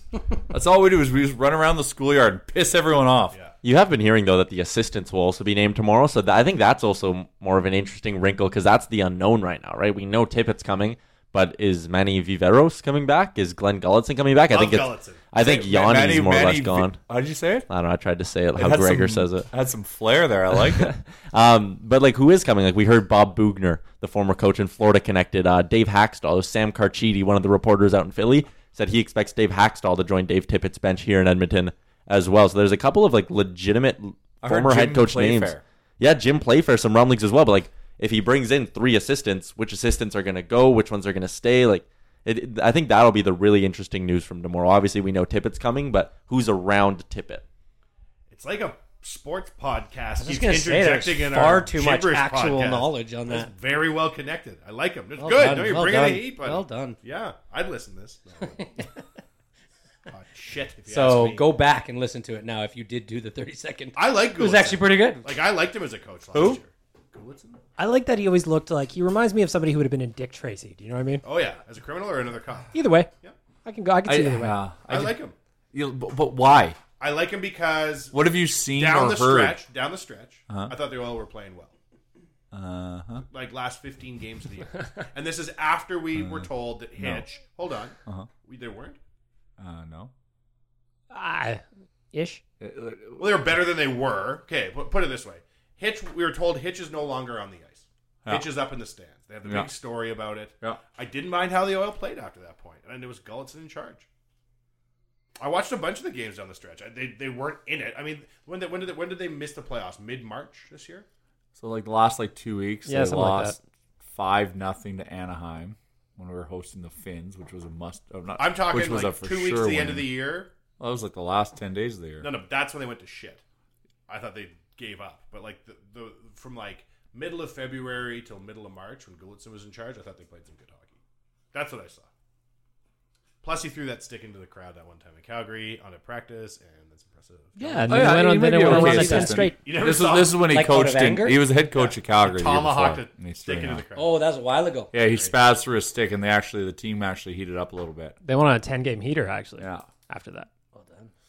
F: That's all we do is we just run around the schoolyard and piss everyone off.
I: You have been hearing though that the assistants will also be named tomorrow, so that, I think that's also m- more of an interesting wrinkle because that's the unknown right now, right? We know Tippett's coming, but is Manny Viveros coming back? Is Glenn Gulletson coming back? I
E: Love
I: think
E: Gulletson.
I: it's, I think
F: Say,
I: Yanni's
F: Manny-
I: more or
F: Manny
I: less
F: Vi-
I: gone.
F: How'd you say it?
I: I don't know. I tried to say it how
F: had
I: Gregor
F: some-
I: says it.
F: Had some flair there. I like it.
I: um, but like, who is coming? Like, we heard Bob Bugner, the former coach in Florida, connected. Uh, Dave Hackstall, Sam Carchiti, one of the reporters out in Philly, said he expects Dave Hackstall to join Dave Tippett's bench here in Edmonton as well. So there's a couple of like legitimate
F: I heard
I: former
F: Jim
I: head coach
F: Playfair.
I: names. Yeah, Jim Playfair, some rum leagues as well. But like, if he brings in three assistants, which assistants are going to go? Which ones are going to stay? Like, it, it- I think that'll be the really interesting news from tomorrow. Obviously, we know Tippett's coming, but who's around Tippett?
E: It's like a sports podcast
H: was
E: keeps
H: gonna say,
E: interjecting
H: there's
E: in
H: far
E: our
H: too much
E: gibberish
H: actual
E: podcast.
H: knowledge on
E: That's
H: that.
E: very well connected. I like him. It's
H: Well
E: good.
H: done,
E: no, you're
H: well
E: bringing
H: done,
E: the heat, buddy.
H: well done.
E: Yeah, I'd listen to this. No, I wouldn't. Hot shit. If you ask
H: So
E: me.
H: go back and listen to it now if you did do the 30 second.
E: I like.
H: It was
E: Gulitson.
H: actually pretty good.
E: Like I liked him as a coach last
H: Who?
E: year. Gulitson?
G: I like that he always looked like he reminds me of somebody who would have been in Dick Tracy. Do you know what I mean?
E: Oh yeah, as a criminal or another cop.
G: Either way, I can go. I can see either way.
E: I, like him.
F: uh, You- but, but why?
E: I like him because
F: What have you seen
E: down
F: or
E: the
F: heard?
E: stretch? Down the stretch,
F: Uh-huh.
E: I thought they all were playing well.
F: Uh huh.
E: Like last fifteen games of the year, and this is after we were told that
F: Uh, no.
E: Hitch. Hold on,
F: Uh-huh.
E: we, they weren't.
F: Uh no.
G: Ah, ish.
E: Well, they were better than they were. Okay, put, put it this way: Hitch. We were told Hitch is no longer on the ice.
F: Yeah.
E: Hitch is up in the stands. They have the
F: Yeah.
E: big story about it.
F: Yeah.
E: I didn't mind how the oil played after that point, and it was Gullitson in charge. I watched a bunch of the games down the stretch. I, they they weren't in it. I mean, when did when did they, when did they miss the playoffs? Mid March this year.
F: So like the last like two weeks,
G: Yeah,
F: they
G: something like
F: lost five nothing to Anaheim when we were hosting the Finns, which was a must. oh, not,
E: I'm talking
F: which was
E: like
F: a for
E: two weeks
F: sure
E: to the end of
F: win.
E: the year.
F: Well, that was like the last ten days of the year.
E: No, no, that's when they went to shit. I thought they gave up, but like the, the from like middle of February till middle of March when Gulitson was in charge, I thought they played some good hockey. That's what I saw. Plus, he threw that stick into the crowd that one time in Calgary on a practice, and that's impressive.
F: Oh,
G: Yeah,
H: Oh,
G: and then it went on- then it went on like ten straight.
E: You never
F: this is
E: saw
F: this is when he
H: Like, out of
F: coached. In,
H: anger?
F: he was the head coach of Calgary. the year
E: Tomahawked
F: before,
E: a
F: and he
E: stick
F: threw it
E: into
F: out.
E: the crowd.
H: Oh, that was a while ago.
F: Yeah, he spats through a stick, and they actually the team actually heated up a little bit.
G: They went on a ten game heater actually.
F: Yeah.
G: After that,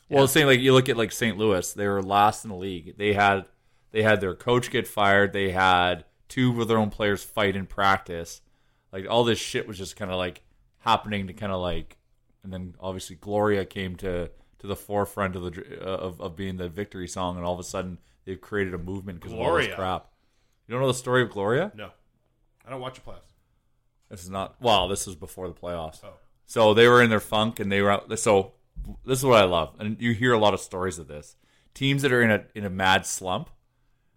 F: Well, it's saying like you look at like St. Louis, they were last in the league. They had they had their coach get fired. They had two of their own players fight in practice. Like all this shit was just kind of like happening to kind of like, and then obviously Gloria came to to the forefront of the dr- uh, of, of being the victory song, and all of a sudden they've created a movement because of all this
E: Gloria.
F: crap. You don't know the story of Gloria?
E: No, I don't watch the playoffs.
F: This is not. Well, this was before the playoffs.
E: Oh.
F: So they were in their funk, and they were out. So this is what I love, and you hear a lot of stories of this. Teams that are in a in a mad slump,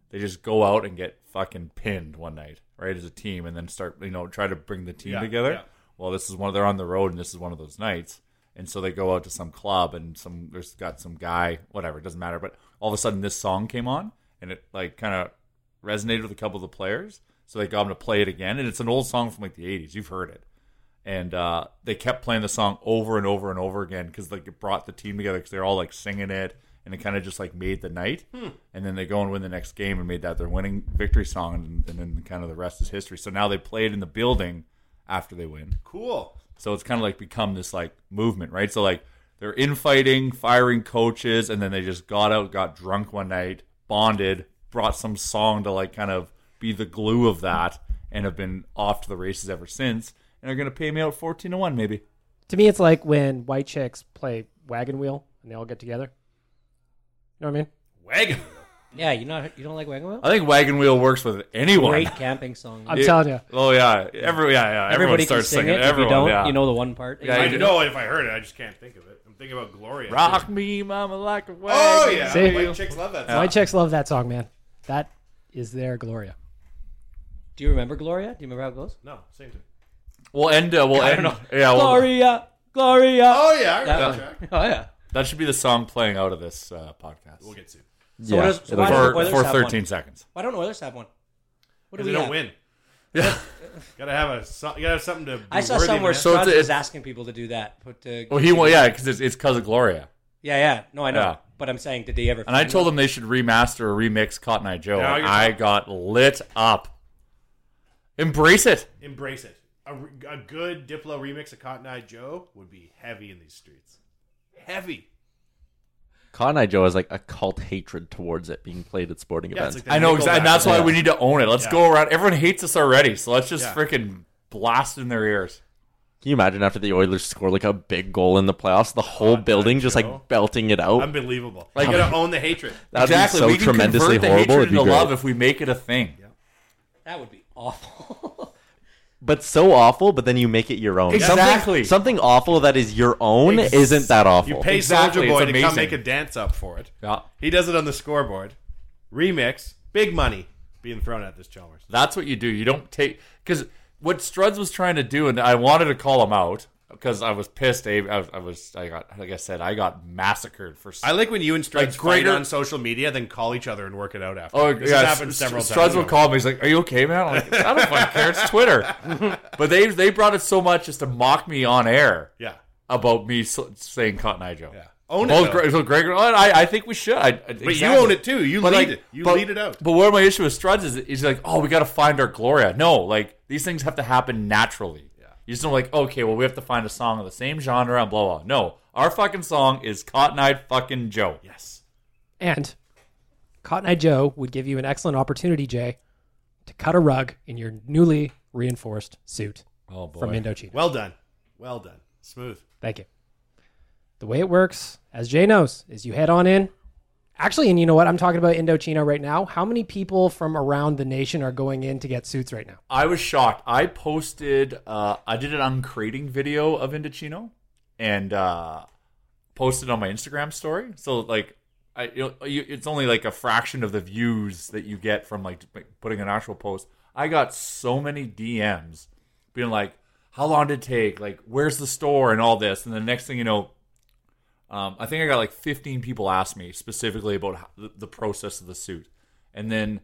F: they just go out and get fucking pinned one night, right? As a team, and then start you know try to bring the team
E: Yeah,
F: together.
E: yeah.
F: Well, this is one. They're on the road, and this is one of those nights. And so they go out to some club, and some there's got some guy, whatever, it doesn't matter. But all of a sudden, this song came on, and it like kind of resonated with a couple of the players. So they got them to play it again, and it's an old song from like the '80s. You've heard it, and uh, they kept playing the song over and over and over again because like it brought the team together because they're all like singing it, and it kind of just like made the night. And then they go and win the next game and made that their winning victory song, and, and then kind of the rest is history. So now they play it in the building after they win.
E: Cool.
F: So it's kind of like become this like movement, right? So like they're infighting, firing coaches, and then they just got out, got drunk one night, bonded, brought some song to like kind of be the glue of that, and have been off to the races ever since. And are gonna pay me out fourteen to one, maybe.
G: to me, it's like when white chicks play wagon wheel and they all get together. You know what I mean?
E: Wagon.
H: Yeah, you not you don't like Wagon Wheel?
F: I think Wagon Wheel works with anyone.
H: Great camping song.
G: I'm telling you.
F: Oh yeah, every yeah yeah. Everyone
H: Everybody can
F: starts
H: sing
F: singing.
H: it. If you
F: Everyone,
H: don't,
F: yeah.
H: you know the one part.
F: Yeah,
E: I
F: you do.
E: know if I heard it, I just can't think of it. I'm thinking about Gloria.
F: Rock me, mama, like a wagon.
E: Oh yeah,
G: See?
E: white chicks love that.
G: White chicks love that song, man. That is their Gloria.
H: Do you remember Gloria? Do you remember how it goes?
E: No, same thing.
F: We'll end. Uh, we'll
H: I
F: end.
H: don't know.
F: Yeah, we'll-
H: Gloria, Gloria.
E: Oh yeah,
H: That
E: I remember
H: one.
E: that track.
H: Oh yeah.
F: That should be the song playing out of this uh, podcast.
E: We'll get to. it.
H: So what does- so why don't the
F: for,
H: Oilers
F: for
H: have
F: 13
H: one?
F: seconds.
H: Why don't Oilers have one? What do
E: Because
H: we
E: they don't
H: have?
E: win. gotta have a so- you gotta have something to. Be
H: I saw
E: worthy
H: somewhere
E: man.
F: So it's-
H: Strauss
F: it's-
H: was asking people to do that. Put uh,
F: Well, he won't, yeah, because it's, it's because of Gloria.
H: yeah, yeah. No, I know.
F: Yeah.
H: But I'm saying, did they ever?
F: And I
H: find
F: told
H: one?
F: him they should remaster or remix Cotton Eye Joe.
E: No,
F: and
E: you're
F: I
E: not.
F: got lit up. Embrace it.
E: embrace it. A, re- a good Diplo remix of Cotton Eye Joe would be heavy in these streets. Heavy.
I: Cotton Eye Joe has like a cult hatred towards it being played at sporting
E: Yeah, it's
I: events.
E: like the
F: I know, exactly.
E: Nickelback
F: And that's
E: one.
F: why we need to own it. Let's
E: Yeah.
F: go around. Everyone hates us already, so let's just
E: Yeah.
F: freaking blast in their ears.
I: Can you imagine after the Oilers score like a big goal in the playoffs, the whole
E: Eye
I: building just
E: Joe.
I: like belting it out?
E: Unbelievable. Oh. Like, you gotta own the hatred.
I: That'd be
F: exactly.
I: so
F: we can
I: tremendously
F: convert the
I: horrible.
F: hatred
I: It'd be
F: into
I: great.
F: love if we make it a thing.
H: that would be awful.
I: But so awful, but then you make it your own. Something-
F: Exactly.
I: Something, awful that is your own
F: Ex-
I: isn't that awful.
E: You pay Soldier
F: Exactly, it's
E: Boy to come
F: amazing.
E: make a dance up for it.
F: Yeah.
E: He does it on the scoreboard. Remix. Big money being thrown at this Chalmers.
F: That's what you do. You don't take because what Struds was trying to do, and I wanted to call him out. because I was pissed. Abe, I, was- I was, I got, like I said, I got massacred for. s-
E: I like when you and Struds
F: a
E: fight on social media, then call each other and work it out after.
F: Oh,
E: this
F: yeah,
E: has happened several
F: Struds
E: times.
F: would call me. He's like, "Are you okay, man?" I'm like, "I don't fucking care. It's Twitter." But they they brought it so much just to mock me on air.
E: Yeah.
F: About me s- saying Cotton Eye Joe. Yeah.
E: Own it,
F: Both
E: though.
F: Gre- so Greg, oh, I, I think we should. I, I-
E: you own it, too. You lead it. You
F: but-
E: lead it out.
F: But where my issue with Struds is, is like, oh, we got to find our Gloria. No, like these things have to happen naturally. You just don't like, okay, well, we have to find a song of the same genre and blah blah. No, our fucking song is Cotton Eye fucking Joe.
E: Yes.
G: And Cotton Eye Joe would give you an excellent opportunity, Jay, to cut a rug in your newly reinforced suit
F: Oh, boy.
G: from Indochino.
E: Well done. Well done. Smooth.
G: Thank you. The way it works, as Jay knows, is you head on in. Actually, and you know what? I'm talking about Indochino right now. How many people from around the nation are going in to get suits right now?
F: I was shocked. I posted, uh, I did an uncrating video of Indochino and uh, posted on my Instagram story. So, like, I, you, you, it's only like a fraction of the views that you get from like putting an actual post. I got so many DMs being like, how long did it take? Like, where's the store and all this? And the next thing you know, um, I think I got like 15 people ask me specifically about how, the, the process of the suit, and then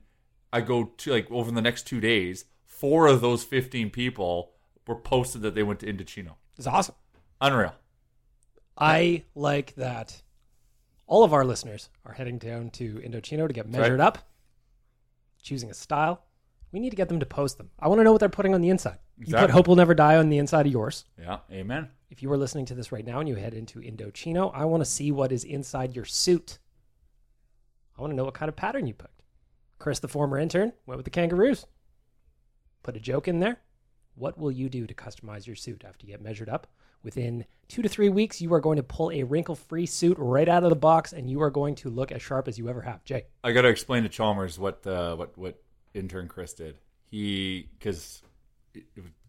F: I go to like over the next two days, four of those 15 people were posted that they went to Indochino.
G: It's awesome.
F: Unreal.
G: I like that. All of our listeners are heading down to Indochino to get
F: That's right.
G: measured up, choosing a style. We need to get them to post them. I want to know what they're putting on the inside. You put
F: Exactly.
G: Hope Will Never Die on the inside of yours.
F: Yeah. Amen.
G: If you are listening to this right now and you head into Indochino, I want to see what is inside your suit. I want to know what kind of pattern you picked. Chris, the former intern, went with the kangaroos. Put a joke in there. What will you do to customize your suit after you get measured up? Within two to three weeks, you are going to pull a wrinkle free suit right out of the box and you are going to look as sharp as you ever have. Jay,
F: I got to explain to Chalmers what uh, what what intern Chris did. He because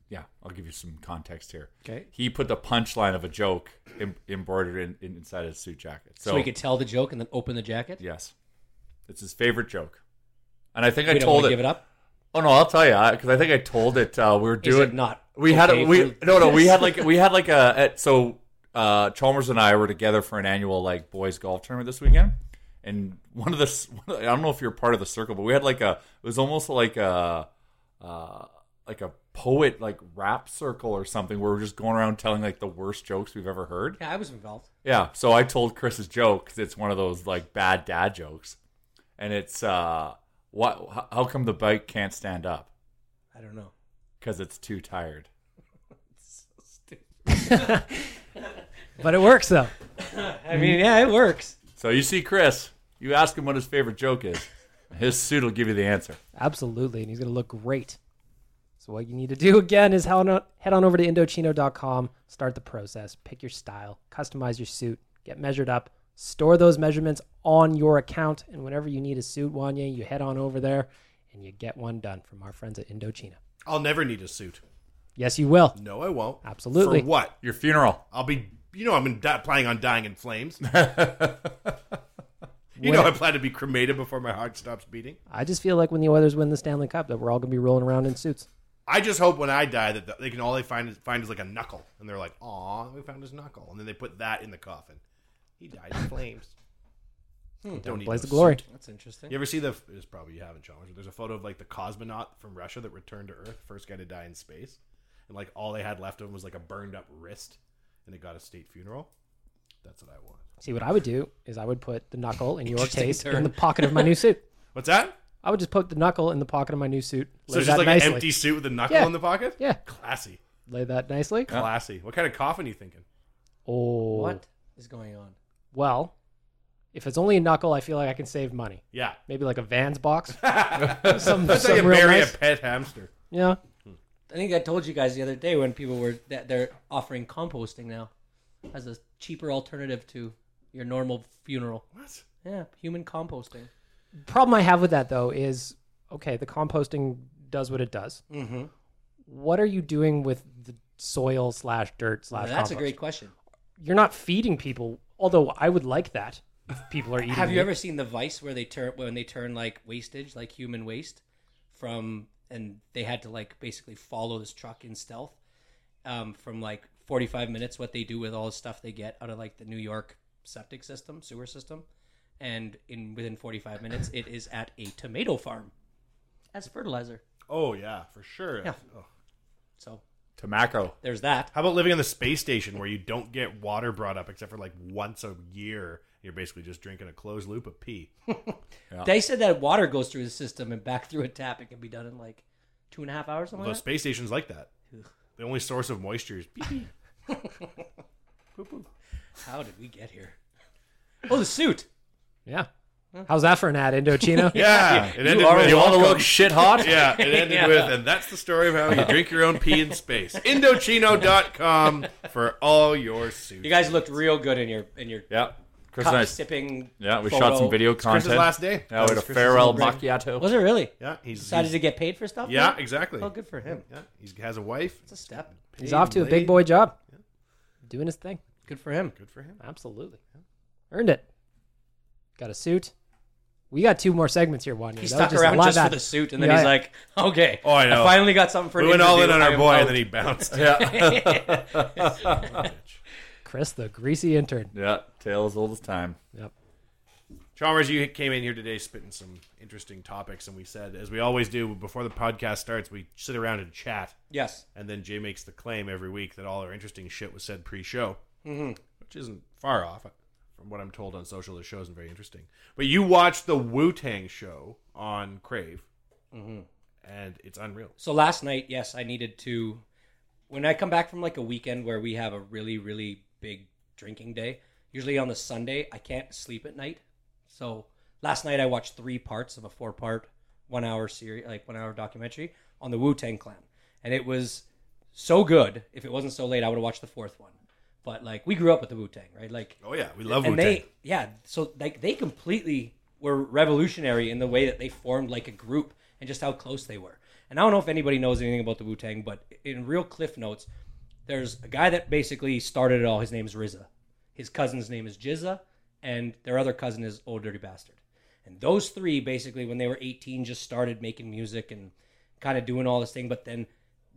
F: yeah, I'll give you some context here.
H: Okay.
F: He put the punchline of a joke em- embroidered in, in, inside his suit jacket,
H: So, we could tell the joke and then open the jacket.
F: Yes, it's his favorite joke, and I think I
H: We don't
F: told
H: wanna
F: it.
H: give it up?
F: Oh no, I'll tell you because I think I told it. Uh, we were
H: Is
F: doing
H: it not
F: We had
H: okay
F: a, we
H: for-
F: no no we had like we had like a at, so uh, Chalmers and I were together for an annual like boys golf tournament this weekend, and one of the s- one of the- I don't know if you're part of the circle, but we had like a it was almost like a uh, like a poet like rap circle or something where we're just going around telling like the worst jokes we've ever heard.
H: Yeah, I was involved.
F: Yeah, so I told Chris's joke 'cause it's one of those like bad dad jokes, and it's uh, what? How come the bike can't stand up?
H: I don't know.
F: Because it's too tired.
G: but it works though.
H: I mean, yeah, it works.
F: So you see, Chris, you ask him what his favorite joke is. His suit will give you the answer.
G: Absolutely, and he's going to look great. So what you need to do again is head on, head on over to indochino.com, start the process, pick your style, customize your suit, get measured up, store those measurements on your account, and whenever you need a suit, Wanye, you head on over there and you get one done from our friends at Indochino.
E: I'll never need a suit.
G: Yes, you will.
E: No, I won't.
G: Absolutely.
E: For what?
F: Your funeral.
E: I'll be. You know, I'm in, di- planning on dying in flames. you know, I plan to be cremated before my heart stops beating.
G: I just feel like when the Oilers win the Stanley Cup that we're all going to be rolling around in suits.
E: I just hope when I die that the- they can all they find is, find is like a knuckle, and they're like, "Aw, we found his knuckle," and then they put that in the coffin. He died in flames.
G: Hmm. Don't
E: need
G: blaze the
E: no
G: glory.
E: suit.
H: That's interesting.
E: You ever see the? It's probably you haven't, Chalmers. But there's a photo of like the cosmonaut from Russia that returned to Earth, first guy to die in space, and like all they had left of him was like a burned up wrist, and it got a state funeral. That's what I want.
G: See, what I would do is I would put the knuckle in your
E: Interesting
G: case in
E: turn.
G: the pocket of my new suit.
E: What's that?
G: I would just put the knuckle in the pocket of my new suit.
E: So
G: lay
E: it's
G: that
E: just like
G: nicely.
E: an empty suit with a knuckle
G: Yeah.
E: in the pocket.
G: Yeah,
E: classy,
G: lay that nicely.
E: classy. What kind of coffin are you thinking?
G: Oh,
H: What is going on?
G: Well, if it's only a knuckle, I feel like I can save money.
E: Yeah.
G: maybe like a Vans box.
E: That's how you
G: real
E: bury
G: nice-
E: a pet hamster.
G: Yeah.
H: I think I told you guys the other day when people were that they're offering composting now as a cheaper alternative to your normal funeral.
E: What?
H: Yeah, human composting.
G: Problem I have with that though is okay, the composting does what it does.
H: Mm-hmm.
G: What are you doing with the soil slash dirt slash?
H: That's a
G: compost?
H: great question.
G: You're not feeding people, although I would like that. If people are eating.
H: Have you
G: meat.
H: ever seen the Vice where they turn when they turn like wastage, like human waste, from and they had to like basically follow this truck in stealth, um, from like 45 minutes what they do with all the stuff they get out of like the New York septic system, sewer system. And in within 45 minutes, it is at a tomato farm as fertilizer.
E: Oh yeah, for sure. Oh.
H: Yeah. So
F: Tobacco.
H: There's that.
E: How about living on the space station where you don't get water brought up except for like once a year? You're basically just drinking a closed loop of pee. Yeah.
H: They said that water goes through the system and back through a tap. It can be done in like two and a half hours. Something
E: Although
H: like that.
E: space stations like that. The only source of moisture is pee.
H: How did we get here? Oh, the suit.
G: Yeah. How's that for an ad, Indochino?
E: Yeah, it ended with
G: welcome.
E: Yeah, it ended
G: Yeah.
E: with, and that's the story of how you drink your own pee in space. Indochino.com for all your suits.
H: You guys looked real good in your in your
F: yeah. Chris
H: cup
F: and I-
H: sipping.
F: yeah, we
H: photo.
F: shot some video It's Chris's content. last day. Yeah, we had a farewell macchiato.
H: Was it really?
E: Yeah, he's
H: decided to
E: he's-
H: get paid for stuff.
E: Yeah,
H: now?
E: exactly.
H: Oh, good for him.
E: Yeah, he has a wife. It's
H: a step.
G: He's off to a big boy job. Doing his thing.
H: Good for him.
E: Good for him.
G: Absolutely. Earned it. Got a suit. We got two more segments here, one.
H: He stuck around just for the suit, and then he's like, "Okay,
E: Oh, I know.
H: finally got something for." an
E: We went all in
H: interview.
E: on
H: I
E: our
H: am
E: boy,
H: out."
E: and then he bounced. Yeah.
G: Chris, the greasy intern.
F: Yeah, tale as old as time.
G: Yep.
E: Chalmers, you came in here today spitting some interesting topics, and we said, as we always do before the podcast starts, we sit around and chat.
H: Yes.
E: And then Jay makes the claim every week that all our interesting shit was said pre-show,
H: Mhm.
E: which isn't far off from what I'm told on social. The show isn't very interesting, but you watched the Wu Tang show on Crave, and it's unreal.
H: So last night, yes, I needed to. When I come back from like a weekend where we have a really, really big drinking day, usually on the Sunday, I can't sleep at night. So last night I watched three parts of a four part, one hour series, like one hour documentary on the Wu Tang Clan. And it was so good. If it wasn't so late, I would have watched the fourth one. But like, we grew up with the Wu Tang, right? Like,
E: Oh, yeah, we love
H: and
E: Wu-Tang.
H: they- yeah so like they completely were revolutionary in the way that they formed like a group and just how close they were and i don't know if anybody knows anything about the wu-tang but in real cliff notes there's a guy that basically started it all his name's rizza his cousin's name is jizza and their other cousin is old dirty bastard and those three basically when they were 18 just started making music and kind of doing all this thing but then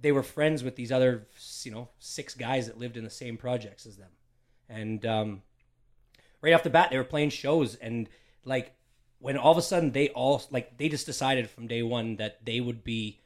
H: they were friends with these other you know six guys that lived in the same projects as them and um, right off the bat they were playing shows and like when all of a sudden they all like they just decided from day one that they would be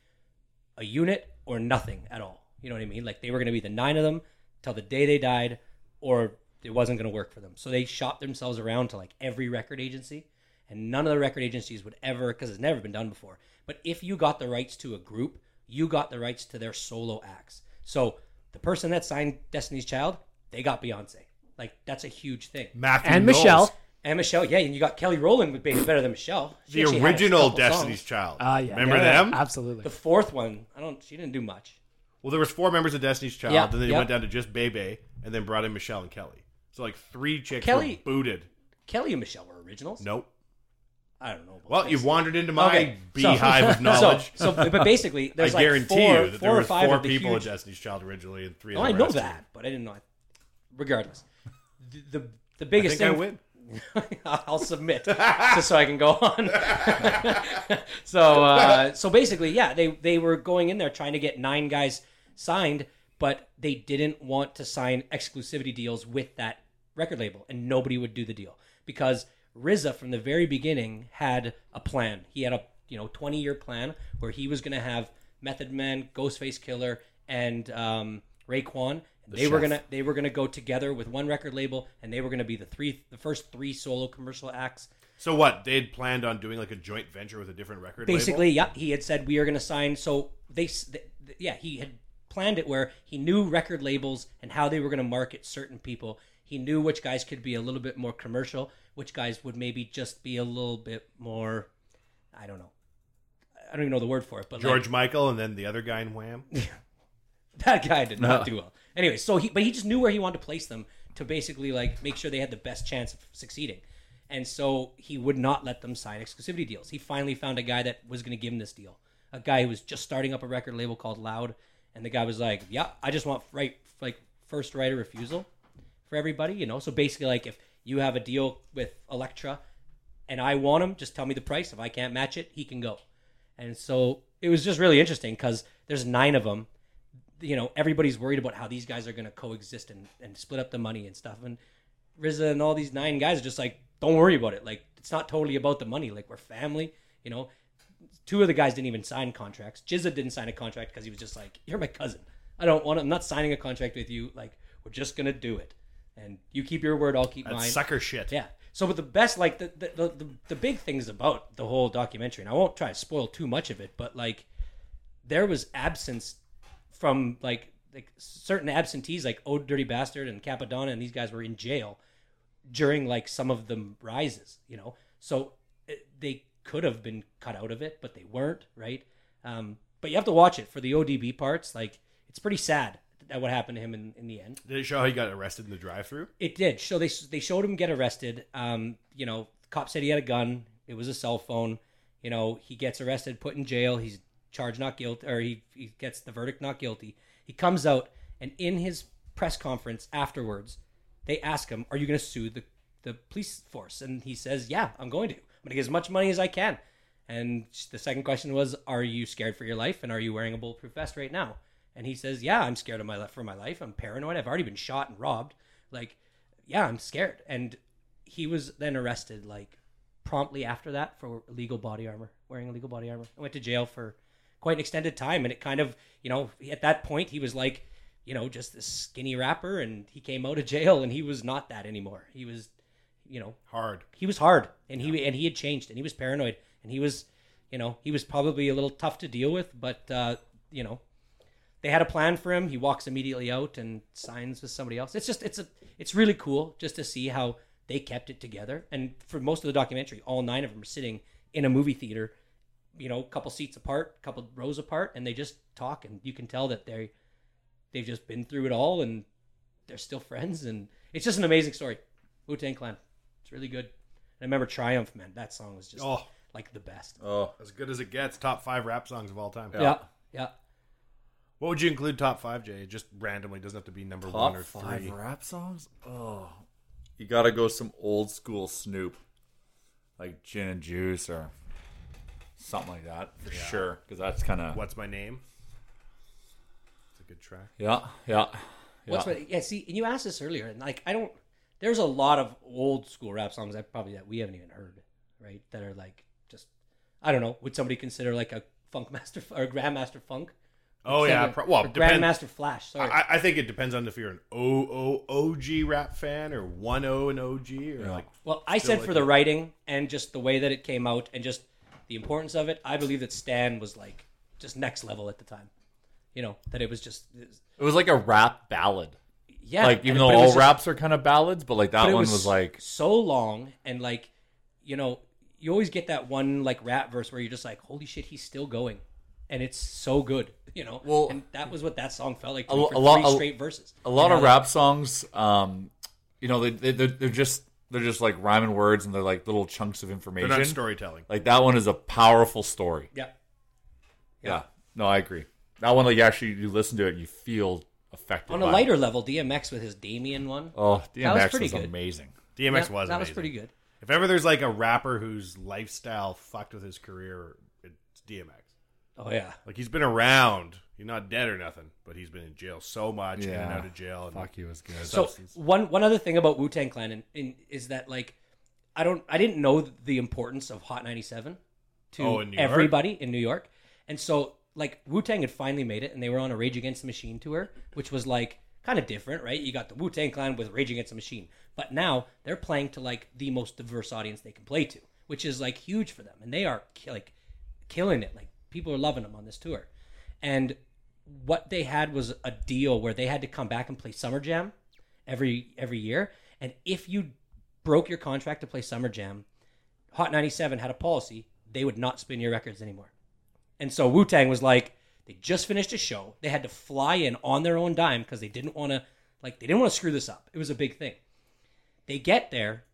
H: a unit or nothing at all you know what i mean like they were going to be the nine of them till the day they died or it wasn't going to work for them so they shopped themselves around to like every record agency and none of the record agencies would ever because it's never been done before but if you got the rights to a group you got the rights to their solo acts so the person that signed destiny's child they got beyonce like that's a huge thing
E: Matthew
G: And Knowles. Michelle.
H: and Michelle, yeah, and you got Kelly Rowland with Baby Better Than Michelle.
E: The
H: actually had a
E: original
H: couple songs.
E: Destiny's Child.
G: Ah, yeah.
E: Remember
G: Yeah,
E: them?
G: Absolutely.
H: The fourth one, Um, I don't. She didn't do much.
E: Well, there was four members of Destiny's Child,
H: Yeah,
E: and then they
H: yeah.
E: went down to just Bebe, and then brought in Michelle and Kelly. So like three chicks
H: Kelly-
E: were booted.
H: Kelly and Michelle were originals.
E: Nope.
H: I don't know. about
E: Well,
H: this.
E: you've wandered into my
H: Okay, so-
E: beehive of knowledge.
H: So, so- but basically, there's
E: I
H: like
E: guarantee
H: four,
E: you that
H: four
E: there
H: or
E: were
H: five
E: four
H: of the
E: people
H: huge
E: in Destiny's Child originally, and three.
H: No,
E: of
H: I
E: the
H: know
E: rest
H: that, but I didn't know. it. Regardless, the the, the biggest
E: think I
H: thing. I'll submit just so I can go on. so uh, so basically, yeah, they they were going in there trying to get nine guys signed, but they didn't want to sign exclusivity deals with that record label, and nobody would do the deal because RZA from the very beginning had a plan. He had a you know twenty year plan where he was going to have Method Man, Ghostface Killer, and um, Raekwon.
F: The
H: they were
F: chef.
H: gonna they were gonna go together with one record label, and they were gonna be the three the first three solo commercial acts
E: So what? They had planned on doing like a joint venture with a different record
H: basically
E: label?
H: yeah he had said we are going to sign so they s- th- th- yeah he had planned it where he knew record labels and how they were going to market certain people he knew which guys could be a little bit more commercial which guys would maybe just be a little bit more i don't know i don't even know the word for it but
E: George
H: like,
E: Michael and then the other guy in Wham.
H: that guy did not
E: No.
H: do well. Anyway, so he but he just knew where he wanted to place them to basically like make sure they had the best chance of succeeding. And so he would not let them sign exclusivity deals. He finally found a guy that was going to give him this deal. A guy who was just starting up a record label called Loud, and the guy was like, "Yeah, I just want right like first right of refusal for everybody, you know." So basically like if you have a deal with Elektra and I want him, just tell me the price. If I can't match it, he can go. And so it was just really interesting because there's nine of them you know, everybody's worried about how these guys are going to coexist and, and split up the money and stuff. And Rizza and all these nine guys are just like, don't worry about it. Like, it's not totally about the money. Like, we're family, you know. Two of the guys didn't even sign contracts. Jizza didn't sign a contract because he was just like, you're my cousin. I don't want to, I'm not signing a contract with you. Like, we're just going to do it. And you keep your word, I'll keep
E: That's
H: mine.
E: sucker shit.
H: Yeah. So, but the best, like, the, the, the, the, the big things about the whole documentary, and I won't try to spoil too much of it, but like, there was absence from like like certain absentees like Oh Dirty Bastard and Capadonna and these guys were in jail during like some of the rises, you know. So it, they could have been cut out of it, but they weren't, right? Um, but you have to watch it for the ODB parts. Like it's pretty sad that what happened to him in, in the end.
E: Did it show how he got arrested in the drive-through?
H: It did. So they they showed him get arrested. Um, you know, cop said he had a gun. It was a cell phone. You know, he gets arrested, put in jail. He's charged not guilty, or he he gets the verdict not guilty. He comes out, and in his press conference afterwards, they ask him, "Are you going to sue the the police force?" And he says, "Yeah, I'm going to. I'm going to get as much money as I can." And the second question was, "Are you scared for your life? And are you wearing a bulletproof vest right now?" And he says, "Yeah, I'm scared of my life for my life. I'm paranoid. I've already been shot and robbed. Like, yeah, I'm scared." And he was then arrested like promptly after that for illegal body armor, wearing illegal body armor. I went to jail for quite an extended time, and it kind of, you know, at that point he was like, you know, just this skinny rapper, and he came out of jail, and he was not that anymore. He was, you know,
E: hard.
H: He was hard, and he and he had changed, and he was paranoid, and he was, you know, he was probably a little tough to deal with, but uh, you know, they had a plan for him. He walks immediately out and signs with somebody else. It's just it's a it's really cool just to see how they kept it together. And for most of the documentary, all nine of them are sitting in a movie theater, you know, a couple seats apart, a couple rows apart, and they just talk. And you can tell that they they've just been through it all, and they're still friends. And it's just an amazing story. Wu Tang Clan, it's really good. And I remember Triumph, man. That song was just
E: Oh.
H: like the best.
E: Oh, as good as it gets. Top five rap songs of all time.
H: yeah. yeah.
E: What would you include top five, Jay? Just randomly doesn't have to be number
F: Top
E: one or
F: five
E: three.
F: rap songs. Oh, you gotta go some old school Snoop, like Gin and Juice or something like that for
E: Yeah.
F: sure. Because that's kind of
E: What's my name? It's a good track.
F: yeah, yeah, yeah.
H: What's my, yeah? See, and you asked this earlier, and like I don't. There's a lot of old school rap songs that probably that we haven't even heard, right? That are like just I don't know. Would somebody consider like a Funk Master f- or Grandmaster Funk?
E: Oh yeah,
H: Something-
E: pro- well,
H: or
E: depend-
H: Grandmaster Flash. Sorry,
E: I, I think it depends on if you're an O O OG rap fan or one O and OG or like.
H: Well, I
E: still
H: said
E: like
H: for the
E: a-
H: writing and just the way that it came out and just the importance of it, I believe that Stan was like just next level at the time. You know that it was just
F: It was like a rap ballad.
H: Yeah,
F: like even
H: and-
F: though
H: but it was
F: all
H: just-
F: raps are kind of ballads, but like that
H: But it
F: one was, like
H: so long and like you know you always get that one like rap verse where you're just like holy shit he's still going and it's so good you know well and that was what that song felt like to
F: a,
H: me
F: lo-
H: for
F: a lot
H: three
F: a-
H: straight verses uh,
F: A lot
H: You
F: of
H: know,
F: rap songs, um, you know, they, they they're, they're just they're just like rhyming words and they're like little chunks of information.
E: storytelling.
F: Like that one is a powerful story.
H: Yeah.
F: Yeah. No, I agree. That one, like actually, you listen to it and you feel affected.
H: on a
F: by it.
H: lighter level DMX with his Damien one.
F: Oh,
H: that was
F: DMX
H: pretty
F: was
H: good.
F: amazing.
E: DMX
H: Yeah,
E: was
H: that was
E: amazing.
H: pretty good.
E: If ever there's like a rapper whose lifestyle fucked with his career, it's DMX.
H: Oh, yeah.
E: like he's been around. He's not dead or nothing, but he's been in jail so much, in and
F: Yeah.
E: out of jail. And
F: Fuck, he was good.
H: So one one other thing about Wu Tang Clan and, and is that like I don't I didn't know the importance of Hot 97 to
E: Oh, in New York?
H: everybody in New York, and so like Wu Tang had finally made it, and they were on a Rage Against the Machine tour, which was like kind of different, right? You got the Wu Tang Clan with Rage Against the Machine, but now they're playing to like the most diverse audience they can play to, which is like huge for them, and they are ki- like killing it. Like people are loving them on this tour, and what they had was a deal where they had to come back and play Summer Jam every every year, and if you broke your contract to play Summer Jam, Hot 97 had a policy they would not spin your records anymore. And so Wu Tang was like, they just finished a show. They had to fly in on their own dime because they didn't want to, like, they didn't want to screw this up. It was a big thing. They get there,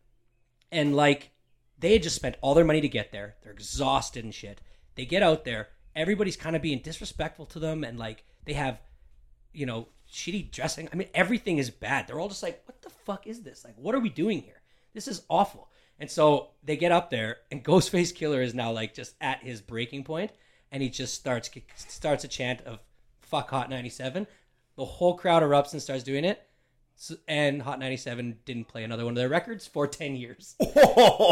H: and like, they had just spent all their money to get there. They're exhausted and shit. They get out there. Everybody's kind of being disrespectful to them, and like, they have, you know, shitty dressing. I mean, everything is bad. They're all just like, what the fuck is this? Like, what are we doing here? This is awful. And so they get up there, and Ghostface Killer is now like just at his breaking point, and he just starts starts a chant of fuck Hot 97. The whole crowd erupts and starts doing it. So- and Hot 97 didn't play another one of their records for 10 years.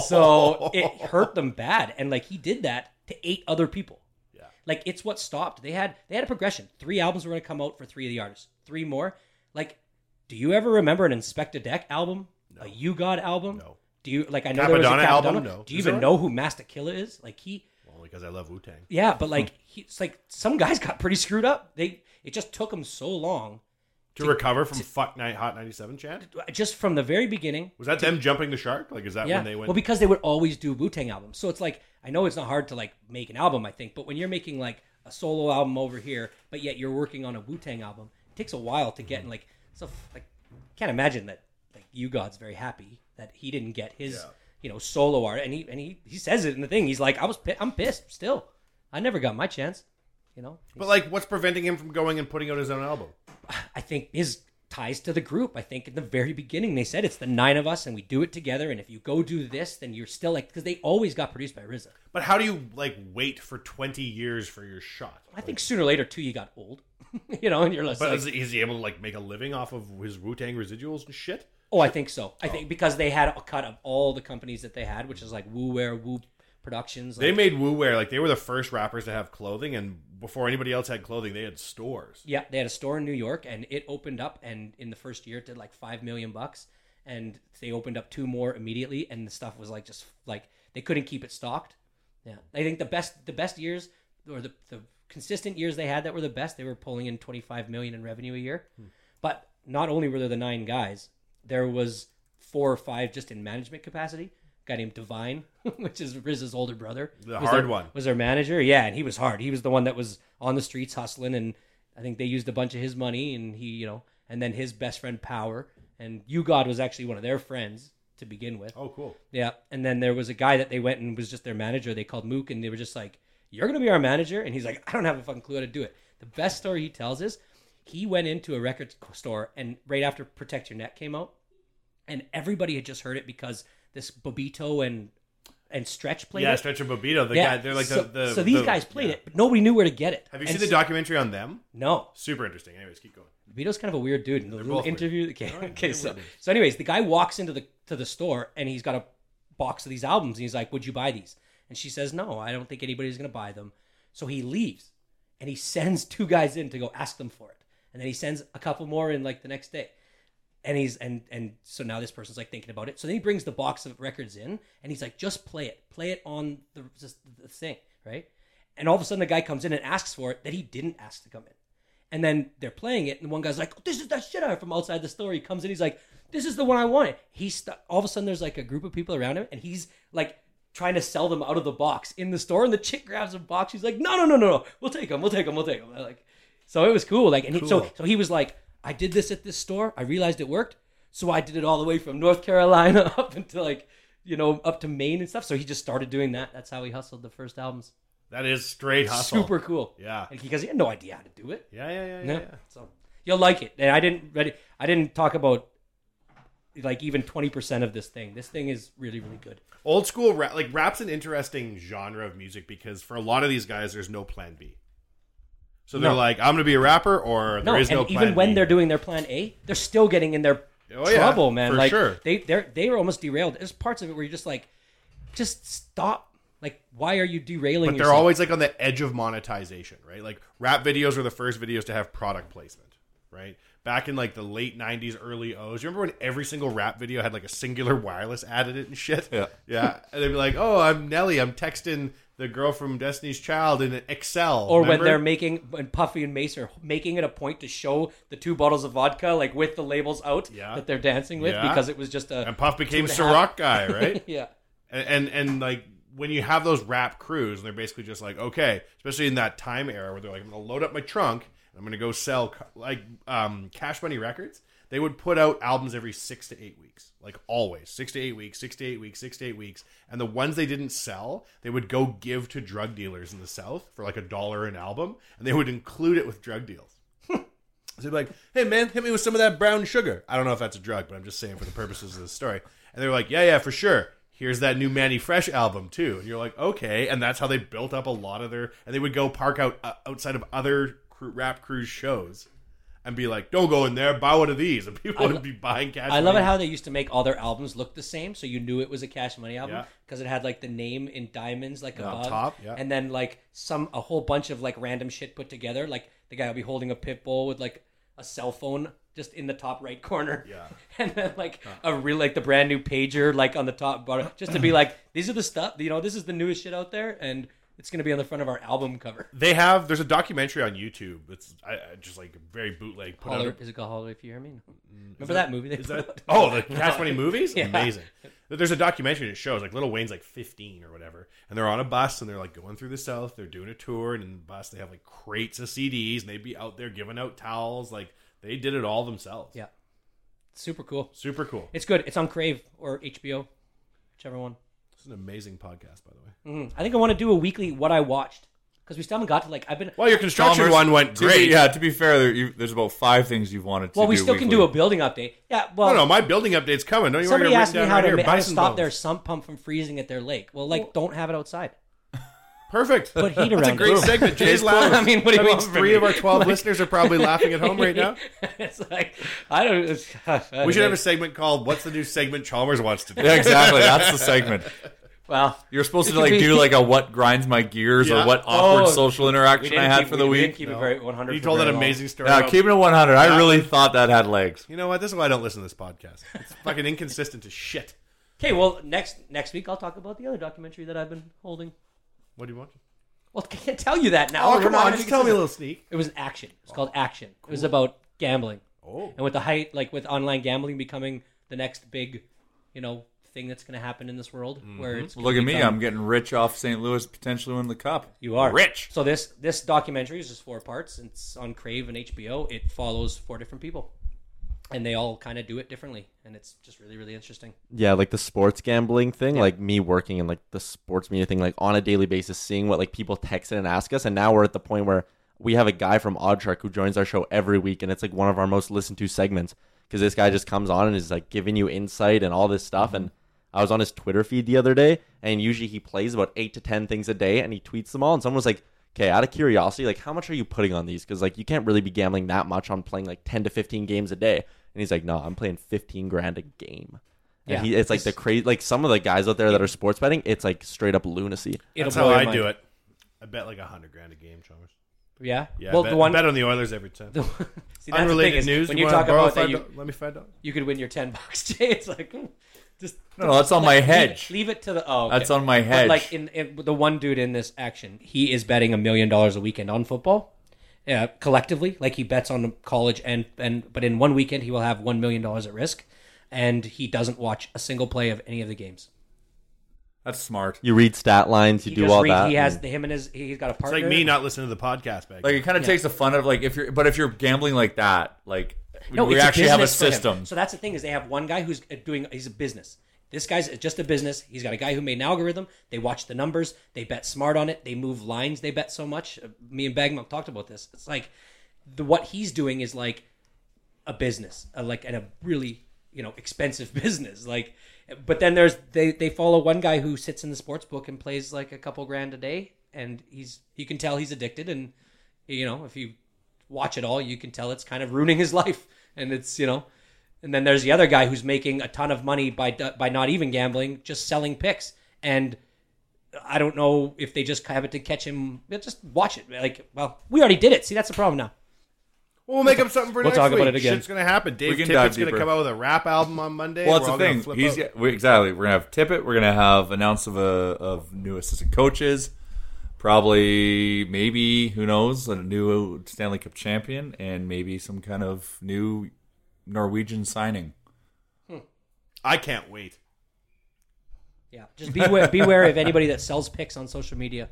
H: so it hurt them bad. And like he did that to eight other people. Yeah. Like it's what stopped. They had they had a progression. Three albums were going to come out for three of the artists. Three more. Like do you ever remember an Inspect a Deck album? A You God album? No. Do you like I know there was
E: Capadonna
H: a
E: album?
H: Capadonna.
E: No.
H: Do you
E: Is
H: even
E: there?
H: know who Master Killer is? Like he
E: Only because I love Wu Tang.
H: yeah, but like he, it's like some guys got pretty screwed up. They it just took them so long
E: to, recover from fuck night hot ninety seven Chad.
H: just from the very beginning.
E: Was that
H: to-
E: them jumping the shark? Like, is that when they went?
H: Well, because they would always do Wu Tang albums, so it's like I know it's not hard to like make an album. I think, but when you're making like a solo album over here, but yet you're working on a Wu Tang album, it takes a while to
E: Mm-hmm.
H: get in like so. Like, can't imagine that like you God's very happy that he didn't get his
F: Yeah.
H: you know solo art, and he and he he says it in the thing. He's like, I was pi- I'm pissed still. I never got my chance. You know,
E: but like, what's preventing him from going and putting out his own album?
H: I think his ties to the group. I think in the very beginning they said it's the nine of us and we do it together. And if you go do this, then you're still like because they always got produced by RZA.
E: But how do you like wait for twenty years for your shot?
H: I think sooner or later too you got old, you know, and you're less
E: But
H: like-
E: is, is he able to like make a living off of his Wu Tang residuals and shit?
H: oh, I think so. I think because they had a cut of all the companies that they had, which is like Wu Wear, Wu Productions.
E: They
H: like-
E: made Wu wear like they were the first rappers to have clothing, and before anybody else had clothing, they had stores.
H: Yeah, they had a store in New York, and it opened up, and in the first year, it did like five million bucks, and they opened up two more immediately, and the stuff was like just like they couldn't keep it stocked. Yeah, I think the best the best years or the the consistent years they had that were the best, they were pulling in twenty five million in revenue a year. But not only were there the nine guys, there was four or five just in management capacity. A guy named Divine, which is Riz's older brother,
E: The
H: was
E: hard
H: their-
E: one.
H: was their manager. Yeah, and he was hard. He was the one that was on the streets hustling, and I think they used a bunch of his money, and he, you know, and then his best friend Power, and You God was actually one of their friends to begin with.
E: Oh, cool.
H: Yeah, and then there was a guy that they went and was just their manager. They called Mook, and they were just like, "You're gonna be our manager," and he's like, "I don't have a fucking clue how to do it." The best story he tells is he went into a record store, and right after Protect Your Neck came out, and everybody had just heard it because this Bobito and and Stretch played
E: Yeah,
H: it.
E: Stretch and Bobito, the guy- they're like the-
H: so,
E: the-
H: so these
E: the-
H: guys played it, but nobody knew where to get it.
E: Have you
H: And
E: seen the
H: so-
E: documentary on them?
H: No.
E: Super interesting. Anyways, keep going.
H: Vito's kind of a weird dude. In the little
E: both weird.
H: interview, okay,
E: Alright,
H: okay.
E: they're
H: So,
E: weird.
H: so, anyways, the guy walks into the to the store and he's got a box of these albums and he's like, "Would you buy these?" And she says, "No, I don't think anybody's gonna buy them." So he leaves and he sends two guys in to go ask them for it, and then he sends a couple more in like the next day. And he's and and so now this person's like thinking about it. So then he brings the box of records in and he's like, "Just play it, play it on the just the thing, right?" And all of a sudden, the guy comes in and asks for it that he didn't ask to come in. And then they're playing it, and one guy's like, "This is that shit I heard from outside the store." He comes in, he's like, "This is the one I wanted." He's stu- all of a sudden there's like a group of people around him, and he's like trying to sell them out of the box in the store. And the chick grabs a box. She's like, "No, no, no, no, no, we'll take them, we'll take them, we'll take them." Like, so it was cool. Like, and he, so
F: Cool.
H: so he was like, "I did this at this store. I realized it worked, so I did it all the way from North Carolina up into like." You know, up to Maine and stuff. So he just started doing that. That's how he hustled the first albums.
E: That is straight hustle.
H: Super cool.
E: Yeah.
H: And because he had no idea how to do it.
E: Yeah, yeah, yeah,
H: No.
E: yeah. yeah.
H: So you'll like it. And I didn't ready I didn't talk about like even twenty percent of this thing. This thing is really, really good.
E: Old school rap, like rap's an interesting genre of music because for a lot of these guys, there's no plan B. So they're
H: No.
E: like, I'm going to be a rapper, or
H: No,
E: there is
H: and
E: no plan
H: even when
E: B.
H: they're doing their plan A, they're still getting in their
E: Oh, yeah,
H: trouble, man.
E: for
H: like
E: sure.
H: they they're they were almost derailed. There's parts of it where you're just like, just stop. Like, why are you derailing?
E: But they're
H: yourself?
E: always like on the edge of monetization, right? Like rap videos were the first videos to have product placement, right? Back in like the late '90s, early O's. Remember when every single rap video had like a singular wireless ad in it and shit? Yeah, yeah. And they'd be like, "Oh, I'm Nelly. I'm texting the girl from Destiny's Child in Excel."
H: Or
E: Remember?
H: when they're making when Puffy and Mace are making it a point to show the two bottles of vodka like with the labels out that they're dancing with
E: Yeah.
H: because it was just a
E: and Puff became
H: two and a half-
E: Ciroc guy, right?
H: yeah.
E: and, and and like when you have those rap crews, and they're basically just like, okay, especially in that time era where they're like, I'm gonna load up my trunk, and I'm gonna go sell ca- like um, Cash Money Records. They would put out albums every six to eight weeks, like always, six to eight weeks, six to eight weeks, six to eight weeks. And the ones they didn't sell, they would go give to drug dealers in the South for like a dollar an album, and they would include it with drug deals. So they'd be like, hey man, hit me with some of that brown sugar. I don't know if that's a drug, but I'm just saying for the purposes of this story. And they were like, yeah, yeah, for sure. Here's that new Manny Fresh album too. And you're like, okay. And that's how they built up a lot of their. And they would go park out uh, outside of other cru- rap cruise shows and be like, "Don't go in there, buy one of these," and people
H: I
E: would
H: lo-
E: be buying cash.
H: I love it how they used to make all their albums look the same, so you knew it was a Cash Money album
E: Yeah.
H: because it had like the name in diamonds, like
E: Yeah, on
H: above,
E: top, yeah.
H: and then like some a whole bunch of like random shit put together. Like the guy will be holding a pit bull with like a cell phone just in the top right corner. Yeah, and then like a real like the brand new pager like on the top bottom, just to be like these are the stuff you know this is the newest shit out there, and it's gonna be on the front of our album cover.
E: they have. There's a documentary on YouTube. It's I, I just like very bootleg. Put out
H: Holler,
E: a- Mm,
H: is it called Holler If You Hear Me? Remember
E: Is
H: that, movie? They
E: is
H: put
E: that-
H: out?
E: oh, the Cash Money
H: Yeah.
E: movies?
H: Yeah.
E: Amazing. There's a documentary that shows like Little Wayne's like 15 or whatever, and they're on a bus and they're like going through the South. They're doing a tour, and in the bus they have like crates of CDs, and they'd be out there giving out towels. Like they did it all themselves.
H: Yeah. Super cool.
E: Super cool.
H: It's good. It's on Crave or HBO, whichever one.
E: This is an amazing podcast, by the way.
H: Mhm. I think I want to do a weekly what I watched because we still haven't got to like I've been.
E: Well, your construction
F: Chalmers,
E: one went
F: to be-
E: great.
F: yeah, to be fair, there, you, there's about five things you've wanted to
H: Well, we
F: do
H: still can do a
F: weekly.
H: building update. Yeah. Well,
E: no, no, my building update's coming. Don't you worry.
H: somebody
E: I got it
H: asked me
E: written down
H: how
E: right
H: to,
E: here.
H: ma- how to
E: Bison
H: stop
E: bones.
H: their sump pump from freezing at their lake. Well, like don't have it outside.
E: Perfect.
H: Put heat around.
E: That's a great
H: it.
E: segment. Jay's laughing.
H: I mean, what do
E: That
H: you
E: means
H: want from
E: three of
H: me?
E: our 12
H: Like-
E: listeners are probably laughing at home right now.
H: it's like I don't. It's,
E: We should have a segment called "What's the new segment Chalmers wants to do?"
F: Yeah, exactly. That's the segment.
H: Well,
F: you're supposed to
H: it could
F: like
H: be-
F: do like a what grinds my gears
E: Yeah.
F: or what awkward
H: Oh,
F: social interaction
H: we
F: I
H: didn't
F: had
H: keep-
F: for the
H: we
F: week.
H: didn't keep it very 100
E: You
H: for
E: told
H: very
E: that
H: long.
E: amazing story.
F: Yeah,
E: about-
F: keeping it 100.
E: Yeah.
F: I really thought that had legs.
E: You know what? This is why I don't listen to this podcast. It's fucking inconsistent as shit.
H: Okay. Well, next next week I'll talk about the other documentary that I've been holding.
E: What do you want?
H: Well, I can't tell you that now.
E: Oh,
H: We're
E: come
H: not
E: on,
H: gonna
E: just
H: be
E: tell me a little
H: consistent.
E: sneak.
H: It was Action. It's called Action. It was about gambling.
E: Oh.
H: And with the height, like with online gambling becoming the next big, you know, thing that's going to happen in this world, where it's
F: Look at
H: gonna
F: me.
H: become-
F: I'm getting rich off St. Louis potentially winning the cup.
H: You are
F: rich.
H: So this this documentary is just four parts. It's on Crave and HBO. It follows four different people, and they all kind of do it differently, and it's just really really interesting.
I: Yeah, like the sports gambling thing, like me working in like the sports media thing, like on a daily basis, seeing what like people text in and ask us, and now we're at the point where we have a guy from Oddshark who joins our show every week, and it's like one of our most listened to segments because this guy just comes on and is like giving you insight and all this stuff. And I was on his Twitter feed the other day, and usually he plays about eight to ten things a day, and he tweets them all. And someone was like, "Okay, out of curiosity, like how much are you putting on these? Because like you can't really be gambling that much on playing like ten to fifteen games a day." And he's like, "No, I'm playing fifteen grand a game." And
H: Yeah.
I: he, it's like the crazy, like some of the guys out there that are sports betting, it's like straight up lunacy.
E: That's how I do it. I bet like a hundred grand a game, Chalmers.
H: Yeah?
E: Yeah.
H: Well,
E: I bet,
H: the one-
E: I bet on the Oilers every time.
H: The- See, that's the thing
E: Unrelated
H: is,
E: news.
H: when
E: you
H: you
E: wanna
H: talk
E: borrow
H: about that,
E: five
H: you-
E: do- let me find out.
H: You could win your ten bucks, Jay. It's like hmm, just
F: No, no, that's on my
H: leave-
F: hedge.
H: Leave, it to the oh, okay.
F: That's on my
H: But,
F: hedge.
H: like in, in the one dude in this action, he is betting a million dollars a weekend on football. Uh, collectively, like he bets on college and and but in one weekend he will have one million dollars at risk, and he doesn't watch a single play of any of the games.
F: That's smart.
I: You read stat lines, you
H: He
I: do
H: just
I: all
H: read-
I: that.
H: He has
I: and-
H: the him and his. He's got a
E: It's
H: partner.
E: like me not listening to the podcast back.
F: Like it kind of
H: Yeah.
F: takes the fun of like if you're, but if you're gambling like that, like
H: No,
F: we
H: it's
F: actually have a
H: business for him.
F: system.
H: So that's the thing is they have one guy who's uh, doing he's a business. This guy's just a business. He's got a guy who made an algorithm. They watch the numbers. They bet smart on it. They move lines. They bet so much. Uh, Me and Bagman talked about this. It's like the what he's doing is like a business, uh like and a really you know expensive business. Like, but then there's they they follow one guy who sits in the sports book and plays like a couple grand a day, and he's you can tell he's addicted, and you know if you watch it all, you can tell it's kind of ruining his life, and it's you know, and then there's the other guy who's making a ton of money by by not even gambling, just selling picks, and I don't know if they just have it to catch him. yeah, Just watch it, like well, we already did it. See, that's the problem now.
E: Well, we'll make up something for
H: We'll
E: next
H: talk about
E: week.
H: it again.
E: Shit's gonna happen. Dave
F: can dive
E: Tippett's gonna
F: deeper.
E: come out with a rap album on Monday.
F: Well, that's
E: We're all
F: the
E: gonna
F: thing.
E: flip
F: He's
E: out.
F: get- we- exactly. We're gonna have Tippett. We're gonna have announce of a of new assistant coaches. Probably, maybe who knows, a new Stanley Cup champion, and maybe some kind of new Norwegian signing.
E: I can't wait.
H: Yeah, just beware, beware of anybody that sells picks on social media.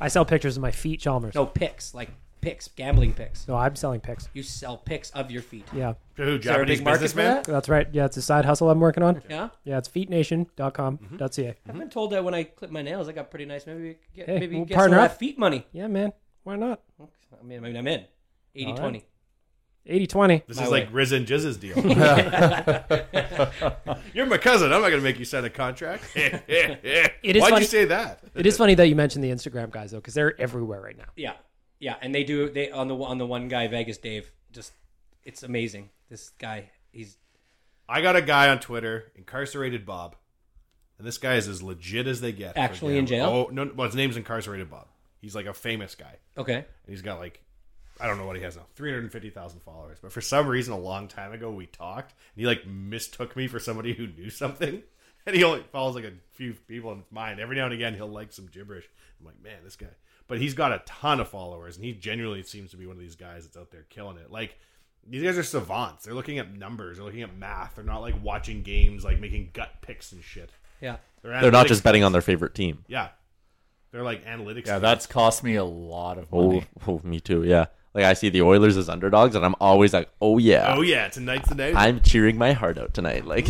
G: I sell pictures of my feet, Chalmers.
H: No picks, like picks, gambling picks.
G: No, I'm selling picks.
H: You sell picks of your feet.
G: Yeah.
E: To
H: Is
E: who,
H: there a
E: Japanese
H: big market for
E: businessman?
H: that?
G: That's right. Yeah, it's a side hustle I'm working on.
H: Yeah?
G: Yeah, it's
E: Mm-hmm.
G: feetnation.com.ca.
H: I've been told that when I clip my nails, I got pretty nice. Maybe we could get,
G: Mm-hmm. Hey,
H: maybe
G: we'll
H: get
G: partner
H: some of
G: up.
H: that feet money.
G: Yeah, man. Why not?
H: I mean, I mean, I'm in 80 20.
G: 80 20.
E: This
H: My
E: is
H: way.
E: like Riz and Jizz's deal. You're my cousin. I'm not going to make you sign a contract. Why'd you say that?
G: it is funny that you mentioned the Instagram guys, though, because they're everywhere right now.
H: Yeah. Yeah, and they do they on the on the one guy Vegas Dave. Just it's amazing. This guy, he's
E: I got a guy on Twitter, incarcerated Bob, and this guy is as legit as they get. for
H: Actually in
E: gambling.
H: jail?
E: Oh no! Well, his name's incarcerated Bob. He's like a famous guy.
H: Okay.
E: and he's got like I don't know what he has now, three hundred fifty thousand followers. But for some reason, a long time ago, we talked, and he like mistook me for somebody who knew something. And he only follows like a few people in mine. Every now and again, he'll like some gibberish. I'm like, man, this guy. But he's got a ton of followers, and he genuinely seems to be one of these guys that's out there killing it. Like these guys are savants. They're looking at numbers. They're looking at math. They're not like watching games, like making gut picks and shit.
H: Yeah.
I: They're not just betting on their favorite team.
E: Yeah, they're like analytics.
F: Yeah, that's cost me a lot of money.
I: Oh, oh, me too. Yeah. Like I see the Oilers as underdogs, and I'm always like, oh yeah,
E: Oh, yeah, tonight's the night.
I: I'm cheering my heart out tonight. Like,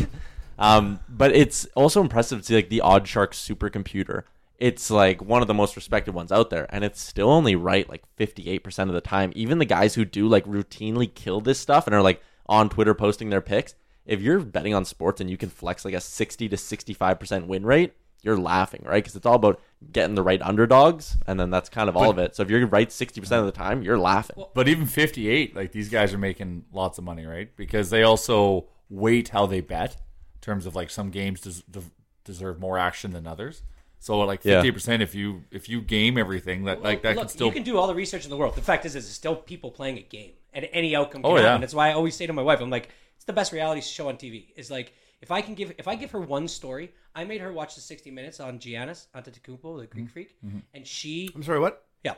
I: um, but it's also impressive to see like the Odd Shark supercomputer. It's like one of the most respected ones out there, and it's still only right like 58% of the time. Even the guys who do like routinely kill this stuff and are like on Twitter posting their picks, if you're betting on sports and you can flex like a 60 to 65% win rate, you're laughing, right? Because it's all about getting the right underdogs, and then that's kind of all of
F: But-
I: it. So if you're right 60% of the time, you're laughing.
F: But even 58, like these guys are making lots of money, right? Because they also weight how they bet in terms of like some games des- de- deserve more action than others. So like
I: Yeah.
F: 50% if you if you game everything that like that
H: Look,
F: can still
H: you can do all the research in the world. The fact is, is it's still people playing a game, and any outcome. Can
F: Oh,
H: happen.
F: yeah.
H: That's why I always say to my wife, I'm like, it's the best reality show on TV. It's like if I can give if I give her one story, I made her watch the 60 Minutes on Giannis Antetokounmpo, the
G: Mm-hmm.
H: Greek freak,
E: Mhm.
H: and she.
E: I'm sorry, what?
H: Yeah,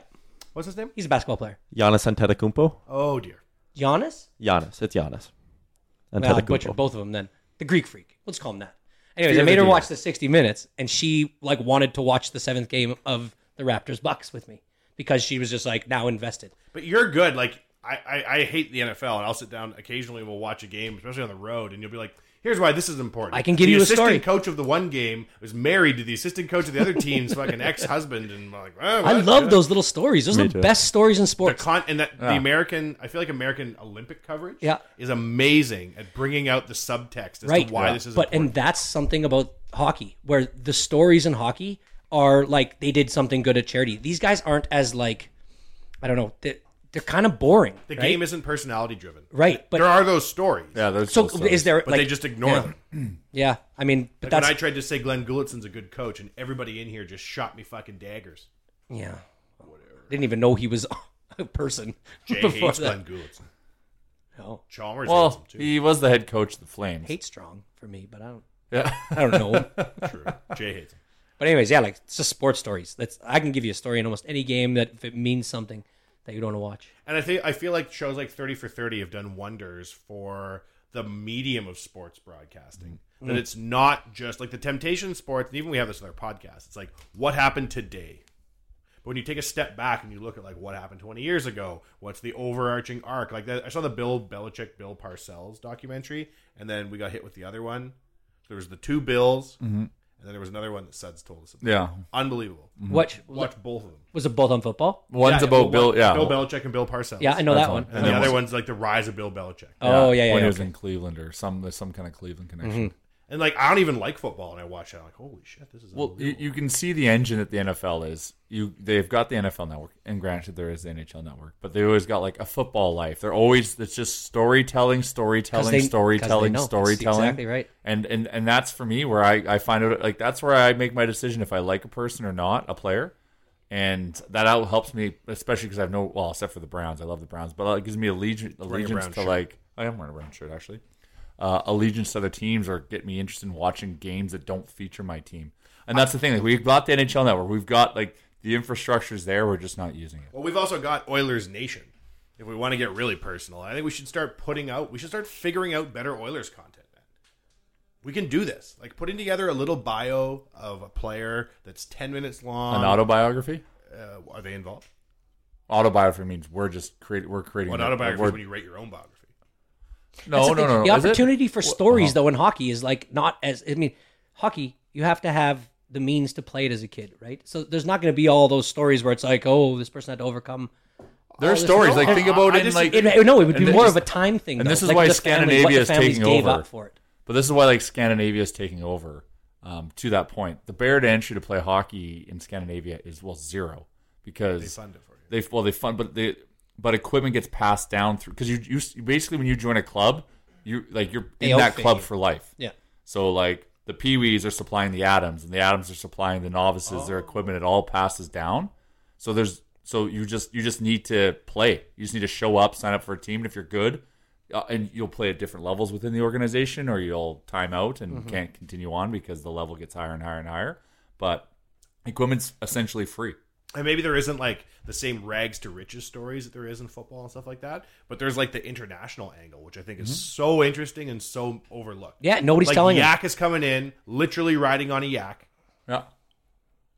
E: what's his name?
H: He's a basketball player.
I: Giannis Antetokounmpo?
E: Oh dear.
H: Giannis.
I: Giannis. It's Giannis.
H: Well, I
I: Antetokounmpo.
H: butchered both of them then. The Greek freak. Let's call him that. Anyways,
I: Fear
H: I made
I: the
H: her
I: deer.
H: watch the 60 minutes, and she like wanted to watch the seventh game of the Raptors Bucks with me because she was just like now invested.
E: But you're good. Like I, I, I hate the NFL, and I'll sit down occasionally. and We'll watch a game, especially on the road, and you'll be like, "Here's why this is important."
H: I can give
E: the
H: you a
E: assistant
H: story.
E: Coach of the one game was married to the assistant coach of the other team's fucking ex-husband, and I'm like, oh,
H: I
E: what?
H: love those little stories. Those
E: Me
H: are the
E: too.
H: best stories in sports.
E: Con- and that the
H: Yeah.
E: American, I feel like American Olympic coverage,
H: Yeah.
E: is amazing at bringing out the subtext as
H: right.
E: to why this is
H: but
E: important.
H: and that's something about hockey where the stories in hockey are like they did something good at charity. These guys aren't as like I don't know. They're, they're kind of boring.
E: The
H: right?
E: game isn't personality driven,
H: Right, but
E: there are those stories.
F: Yeah, there's
H: So is there?
E: But
H: like-
E: they just ignore
H: yeah.
E: them.
H: Yeah, I mean, but
E: Like
H: that's
E: when I tried to say Glenn Gullickson's a good coach, and everybody in here just shot me fucking daggers.
H: Yeah. Didn't even know he was a person.
E: Jay
H: before
E: hates
H: that.
E: Glenn Gullickson.
H: No.
E: Chalmers hates him
F: Well,
E: too.
F: he was the head coach of the Flames.
H: Hate strong for me, but I don't.
F: Yeah.
H: I don't know. him.
E: True. Jay hates him.
H: But anyways, yeah, like it's just sports stories. That's I can give you a story in almost any game that if it means something that you don't want to watch.
E: And I think I feel like shows like Thirty for Thirty have done wonders for the medium of sports broadcasting.
H: Mm.
E: That it's not just like the temptation in sports, and even we have this with our podcast. It's like what happened today. But when you take a step back and you look at like what happened 20 years ago, what's the overarching arc? Like that, I saw the Bill Belichick, Bill Parcells documentary, and then we got hit with the other one. There was the two Bills,
F: Mhm.
E: and then there was another one that Suds told us about.
F: Yeah.
E: unbelievable.
H: Watch
E: watch both of them.
H: Was it both on football?
F: One's
E: Yeah,
F: about
E: well,
F: Bill, yeah.
E: Bill Belichick and Bill Parcells.
H: Yeah, I know That's that one. one.
E: And, the
F: And then
E: other
F: one-
E: one's like the rise of Bill Belichick.
H: Oh, yeah, yeah,
F: When
H: yeah,
F: he was
H: okay.
F: in Cleveland or some there's some kind of Cleveland connection.
I: Mm-hmm.
E: And like I don't even like football, and I watch it. I'm like, holy shit, this is
F: Well, you, you can see the engine that the NFL is. You they've got the NFL network, and granted there is the NHL network, but they always got like a football life. They're always it's just storytelling,
H: 'Cause
F: storytelling,
H: they- 'cause they
F: storytelling,
H: know. That's
F: storytelling.
H: exactly right.
F: And and and that's for me where I I find out like that's where I make my decision if I like a person or not, a player. And that out helps me, especially because I have no well, except for the Browns. I love the Browns, but it gives me allegiance,
E: Wearing a
F: allegiance
E: brown
F: to
E: shirt.
F: like I am wearing a brown shirt actually. Uh, allegiance to other teams or get me interested in watching games that don't feature my team. And that's the thing. Like we've got the NHL network. We've got like the infrastructure's there. We're just not using it.
E: Well, we've also got Oilers Nation. If we want to get really personal, I think we should start putting out. We should start figuring out better Oilers content. Man, we can do this. Like putting together a little bio of a player that's ten minutes long.
F: An autobiography.
E: Uh, are they involved?
F: Autobiography means we're just creating. We're creating.
E: Well, an
F: a-
E: autobiography
F: we're-
E: is when you write your own biography.
F: No,
H: That's the thing.
F: no, no, no.
H: The
F: Is it?
H: opportunity for
F: Well,
H: stories
F: uh-huh.
H: though in hockey is like not as I mean, hockey you have to have the means to play it as a kid, right? So there's not going to be all those stories where it's like, oh, this person had to overcome.
F: There are
H: all this-
F: stories, like,
H: And-
F: think about
H: I
F: it in,
H: just-
F: like-
H: it, no, it would be
F: and
H: more
F: this-
H: of a time thing.
F: And
H: though.
F: this is
H: Like,
F: why
H: the family-
F: Scandinavia
H: what the
F: is taking
H: families gave
F: over.
H: up for it.
F: But this is why like Scandinavia is taking over. Um, to that point, the barrier to entry to play hockey in Scandinavia is well zero because
E: They fund it for you.
F: They well they fund but the but equipment gets passed down through because you, you s- basically when you join a club you like you're
H: They
F: in that
H: outfit
F: club
H: you.
F: for life.
H: Yeah.
F: So like the peewees are supplying the atoms and the atoms are supplying the novices
H: Oh.
F: their equipment. It all passes down. So there's so you just you just need to play. You just need to show up, sign up for a team, and if you're good, uh, and you'll play at different levels within the organization, or you'll time out and
H: Mhm.
F: can't continue on because the level gets higher and higher and higher. But equipment's essentially free.
E: And maybe there isn't like the same rags to riches stories that there is in football and stuff like that, but there's like the international angle, which I think is
H: Mhm.
E: so interesting and so overlooked.
H: Yeah, nobody's
E: like,
H: telling him.
E: Yak is coming in, literally riding on a yak.
F: Yeah,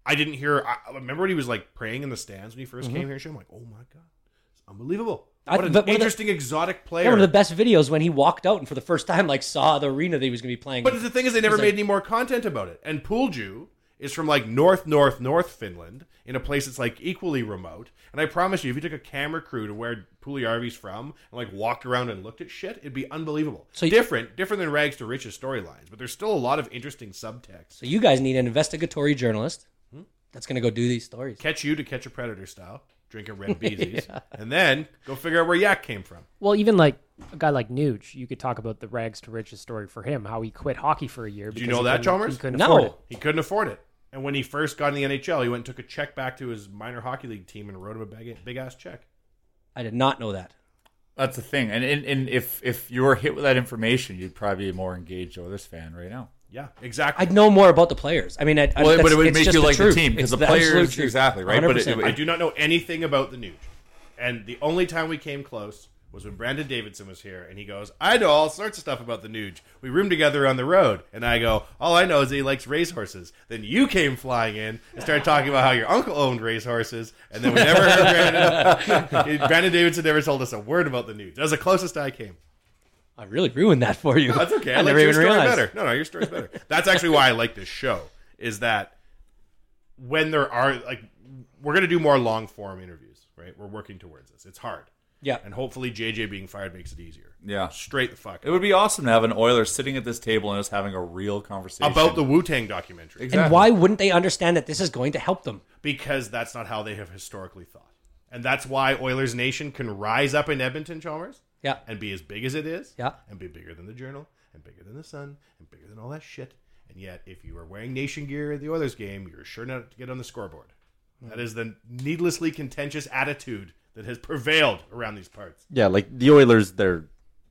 E: I didn't hear. I I remember when he was like praying in the stands when he 1st
H: Mhm.
E: came here. Show, I'm like, oh my god, it's unbelievable.
H: I-
E: What an
H: but one of the-
E: interesting exotic player.
H: Yeah, one of the best videos when he walked out and for the first time like saw the arena that he was going to be playing.
E: But the thing is, they never
H: He's
E: made
H: like,
E: any more content about it. And Pulju is from like north, north, north Finland, in a place that's like equally remote. And I promise you, if you took a camera crew to where Puliarvi's from and like walked around and looked at shit, it'd be unbelievable. So different, different than rags to riches storylines, but there's still a lot of interesting subtext.
H: So you guys need an investigatory journalist that's going to go do these stories.
E: Catch you to catch a predator style, drinking red beesies, and then go figure out where Yak came from.
G: Well, even like a guy like Nuge, you could talk about the rags to riches story for him, how he quit hockey for a year.
E: Do you
G: because he
E: know that,
G: couldn't-
E: Chalmers?
G: He couldn't afford it.
E: He couldn't afford it. And when he first got in the NHL, he went and took a check back to his minor hockey league team and wrote him a big, big ass check.
H: I did not know that.
F: That's the thing. And, and and if if you were hit with that information, you'd probably be a more engaged Oilers fan right now.
E: Yeah, exactly.
H: I'd know more about the players. I mean, I, I,
F: Well, but
H: that's-
F: it would
H: it's
F: make
H: just
F: you like the
H: truth.
F: team, 'cause
H: It's
F: the
H: absolute
F: players
H: truth.
F: exactly, right? But it-
H: 100%.
E: I do not know anything about the Nuge. And the only time we came close was when Brandon Davidson was here, and he goes, "I know all sorts of stuff about the Nuge. We roomed together on the road." And I go, "All I know is he likes racehorses." Then you came flying in and started talking about how your uncle owned racehorses, and then we never heard Brandon. Brandon Davidson never told us a word about the Nuge. That was the closest I came.
H: I really ruined that for you.
E: That's okay. I, like
H: never
E: your
H: even
E: story
H: realized.
E: better. No, no, your story's better. That's actually why I like this show. Is that when there are like we're gonna do more long form interviews, right? We're working towards this. It's hard.
H: Yeah.
E: And hopefully JJ being fired makes it easier.
F: Yeah,
E: straight the fuck.
F: It would be awesome to have an Oilers sitting at this table and us having a real conversation
E: About the Wu Tang documentary.
F: Exactly.
H: And why wouldn't they understand that this is going to help them?
E: Because that's not how they have historically thought. And that's why Oilers Nation can rise up in Edmonton, Chalmers.
H: Yeah.
E: And be as big as it is.
H: Yeah.
E: And be bigger than the Journal and bigger than the Sun and bigger than all that shit. And yet, if you are wearing Nation gear at the Oilers game, you're sure not to get on the scoreboard.
H: Hmm.
E: That is the needlessly contentious attitude that has prevailed around these parts.
I: Yeah, like the Oilers, their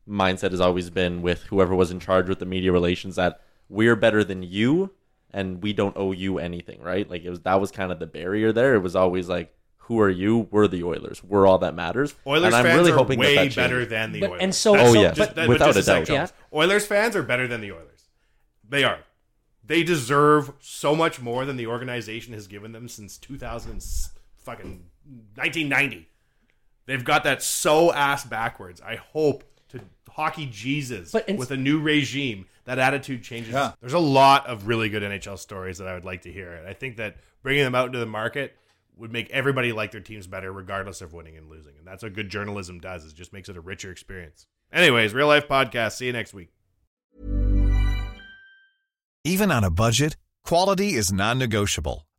I: mindset has always been with whoever was in charge with the media relations that we're better than you and we don't owe you anything, right? Like it was that was kind of the barrier there. It was always like, who are you? We're the Oilers. We're all that matters.
E: Oilers
I: and I'm
E: fans
I: really
E: are
I: hoping that
E: way
I: that changes.
E: better than the
H: But-
E: Oilers.
H: and so-
E: That's-
I: Oh, yeah.
E: just- that- but
I: Without
E: just
I: a
E: second,
I: doubt.
E: Charles. Oilers fans are better than the Oilers. They are. They deserve so much more than the organization has given them since 2000 and s- fucking 1990. They've got that so ass backwards. I hope to hockey Jesus
H: But in-
E: with a new regime that attitude changes. There's a lot of really good NHL stories that I would like to hear, and I think that bringing them out into the market would make everybody like their teams better, regardless of winning and losing. And that's what good journalism does; is just makes it a richer experience. Anyways, real life podcast. See you next week.
K: Even on a budget, quality is non-negotiable.